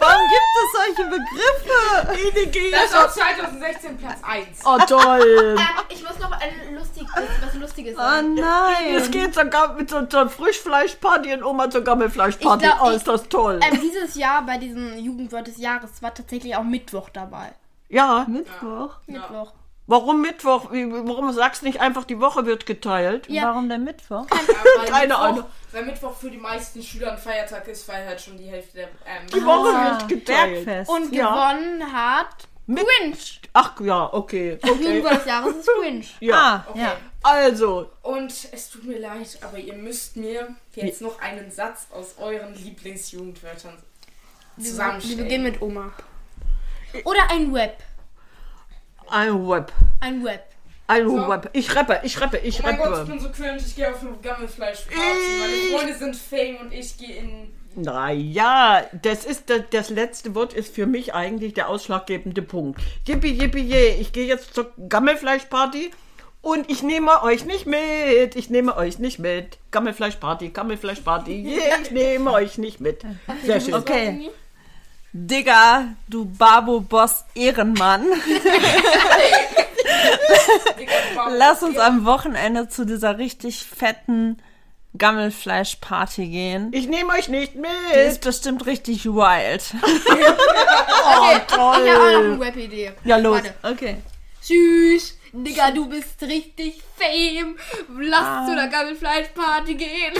Speaker 2: warum gibt es solche Begriffe?
Speaker 3: Ini
Speaker 1: Das
Speaker 3: gehört
Speaker 1: ist auch 2016 Platz 1.
Speaker 3: Oh toll.
Speaker 4: Ähm, ich muss noch ein lustiges, was Lustiges
Speaker 2: Oh
Speaker 4: sagen.
Speaker 3: Es
Speaker 2: nein.
Speaker 3: geht sogar mit so einer Frischfleischparty und Oma zur Gammelfleischparty.
Speaker 4: Ich glaub,
Speaker 3: oh,
Speaker 4: ich-
Speaker 3: ist das toll.
Speaker 4: Ähm, dieses Jahr bei diesem Jugendwort des Jahres war tatsächlich auch Mittwoch dabei.
Speaker 3: ja.
Speaker 2: hm? Mittwoch?
Speaker 4: Mittwoch.
Speaker 3: Warum Mittwoch? Wie- Warum sagst du nicht einfach, die Woche wird geteilt?
Speaker 4: Ja.
Speaker 2: Warum der Mittwoch?
Speaker 3: Oh, Keine
Speaker 1: Mittwoch,
Speaker 3: Ahnung.
Speaker 1: Weil Mittwoch für die meisten Schüler ein Feiertag ist, weil halt schon die Hälfte der. Ähm,
Speaker 3: Die Woche
Speaker 2: Ah,
Speaker 3: wird geteilt.
Speaker 2: Bergfest.
Speaker 4: Und
Speaker 3: Ja.
Speaker 4: gewonnen hat Grinch.
Speaker 3: Ach ja, okay. okay.
Speaker 4: Jugendwort des Jahres ist Grinch.
Speaker 3: Ja.
Speaker 2: ah, ja.
Speaker 3: Also,
Speaker 1: Und es tut mir leid, aber ihr müsst mir jetzt noch einen Satz aus euren Lieblingsjugendwörtern
Speaker 4: Wir
Speaker 1: zusammenstellen.
Speaker 4: beginnen mit Oma. Oder ein Web.
Speaker 3: ein Web.
Speaker 4: Ein Web.
Speaker 3: Ein
Speaker 1: So.
Speaker 3: Web. Ich rappe, ich rappe, ich
Speaker 1: Oh mein Gott, ich
Speaker 3: rappe.
Speaker 1: bin so cringe, ich gehe auf ein Gammelfleisch. Meine Freunde sind Fame und ich gehe in.
Speaker 3: Naja, das ist das, das letzte Wort ist für mich eigentlich der ausschlaggebende Punkt. Yippie, yippie, je. Ich gehe jetzt zur Gammelfleischparty und ich nehme euch nicht mit. Ich nehme euch nicht mit. Gammelfleischparty, Gammelfleischparty. Yeah, ich nehme euch nicht mit. Sehr schön.
Speaker 2: Okay. Digga, du Babo-Boss Ehrenmann. Lass uns am Wochenende zu dieser richtig fetten Gammelfleisch-Party gehen.
Speaker 3: Ich nehme euch nicht mit.
Speaker 2: Die ist bestimmt richtig wild.
Speaker 3: Oh,
Speaker 4: Okay, ich habe auch noch eine Web-Idee.
Speaker 3: Ja, los.
Speaker 4: Warte.
Speaker 2: Okay.
Speaker 4: Tschüss. Digga, du bist richtig fame. Lass
Speaker 3: Ah.
Speaker 4: zu der Gammelfleischparty gehen.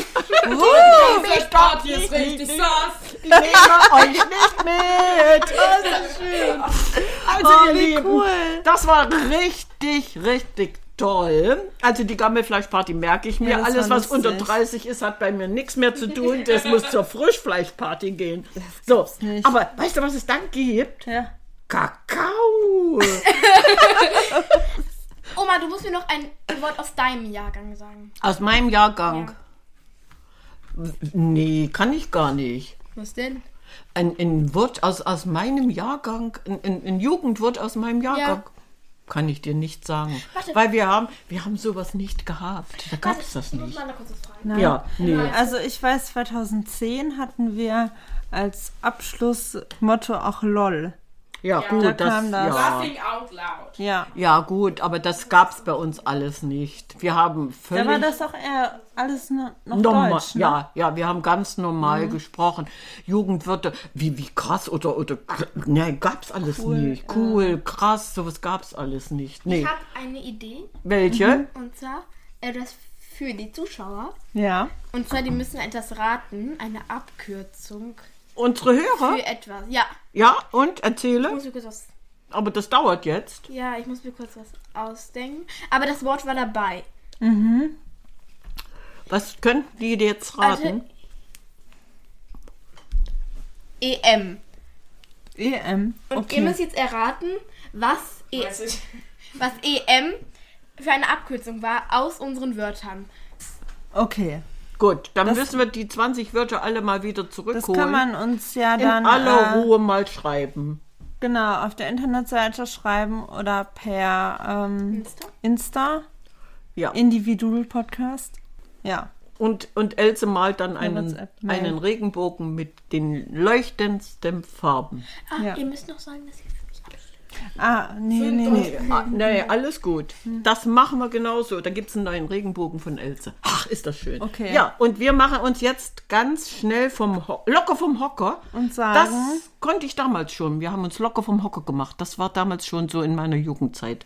Speaker 1: Gammelfleischparty ist richtig sass.
Speaker 3: Ich nehme euch nicht mit. Oh, das ist schön. Also,
Speaker 2: Oh,
Speaker 3: ihr
Speaker 2: wie
Speaker 3: Lieben,
Speaker 2: cool.
Speaker 3: das war richtig, richtig toll. Also, die Gammelfleischparty merke ich mir.
Speaker 2: Ja, das
Speaker 3: Alles,
Speaker 2: war
Speaker 3: was unter
Speaker 2: lustig.
Speaker 3: 30 ist, hat bei mir nichts mehr zu tun. Das muss zur Frischfleischparty gehen. So,
Speaker 2: nicht.
Speaker 3: aber weißt du, was es dann gibt?
Speaker 2: Ja.
Speaker 3: Kakao.
Speaker 4: Oma, du musst mir noch ein Wort aus deinem Jahrgang sagen.
Speaker 3: Aus meinem Jahrgang. Nee, kann ich gar nicht.
Speaker 4: Was denn?
Speaker 3: Ein, ein Wort aus, aus meinem Jahrgang, ein, ein, ein Jugendwort aus meinem Jahrgang. Kann ich dir nicht sagen.
Speaker 4: Warte.
Speaker 3: Weil wir haben, wir haben sowas nicht gehabt. Da gab es das
Speaker 4: ich muss
Speaker 3: nicht.
Speaker 4: mal eine kurze Frage.
Speaker 2: Nein.
Speaker 3: Ja, nee.
Speaker 2: Also ich weiß, 2010 hatten wir als Abschlussmotto auch LOL.
Speaker 3: Ja, gut,
Speaker 2: Da
Speaker 3: das,
Speaker 2: kam das.
Speaker 3: Ja.
Speaker 1: Laughing out loud.
Speaker 2: Ja.
Speaker 3: ja, gut, aber das gab es bei uns alles nicht. Wir haben völlig
Speaker 2: Da war das auch eher alles no- noch
Speaker 3: normal.
Speaker 2: deutsch, ne? Mhm.
Speaker 3: Ja, ja, wir haben ganz normal gesprochen. Jugendwörter, wie, wie krass oder, oder, nein, gab's alles nicht. Cool, krass, sowas gab's alles nicht. Nee.
Speaker 4: Ich habe eine Idee.
Speaker 3: Welche?
Speaker 2: Mhm.
Speaker 4: Und zwar etwas für die Zuschauer.
Speaker 2: Ja.
Speaker 4: Und zwar, die müssen etwas raten. Eine Abkürzung
Speaker 3: Unsere Hörer?
Speaker 4: für etwas. Ja,
Speaker 3: Ja, und
Speaker 4: ich
Speaker 3: erzähle.
Speaker 4: muss mir kurz was.
Speaker 3: Aber das dauert jetzt.
Speaker 4: Ja, ich muss mir kurz was ausdenken. Aber das Wort war dabei.
Speaker 3: Was könnten die jetzt
Speaker 4: Also
Speaker 2: Also-
Speaker 3: raten?
Speaker 4: EM.
Speaker 2: EM.
Speaker 4: E Und ihr müsst jetzt erraten, was, e
Speaker 1: Weiß ich.
Speaker 4: was EM für eine Abkürzung war aus unseren Wörtern.
Speaker 2: Okay.
Speaker 3: Gut, dann
Speaker 2: Das-
Speaker 3: müssen wir die 20 Wörter alle mal wieder
Speaker 2: Das
Speaker 3: zurückholen.
Speaker 2: kann man uns ja
Speaker 3: in
Speaker 2: dann äh,
Speaker 3: aller Ruhe mal schreiben.
Speaker 2: genau auf der Internetseite schreiben oder per ähm,
Speaker 4: Insta?
Speaker 2: Insta,
Speaker 3: Ja.
Speaker 2: Individual Podcast. Ja.
Speaker 3: Und, und Else malt dann einen,
Speaker 2: WhatsApp-Mail.
Speaker 3: einen Regenbogen mit den leuchtendsten Farben.
Speaker 4: Ah,
Speaker 2: Ja.
Speaker 4: ihr müsst noch sagen, dass ihr für mich abschließt.
Speaker 2: Ah, nee, nee, nee.
Speaker 3: Ah, nee, alles gut.
Speaker 2: Hm.
Speaker 3: Das machen wir genauso. Da gibt es einen neuen Regenbogen von Else. Ach, ist das schön.
Speaker 2: Okay.
Speaker 3: Ja, und wir machen uns jetzt ganz schnell vom Ho locker vom Hocker.
Speaker 2: Und sagen-
Speaker 3: Das konnte ich damals schon. Wir haben uns locker vom Hocker gemacht. Das war damals schon so in meiner Jugendzeit.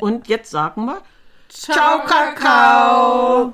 Speaker 3: Und jetzt sagen wir, Ciao, Kakao.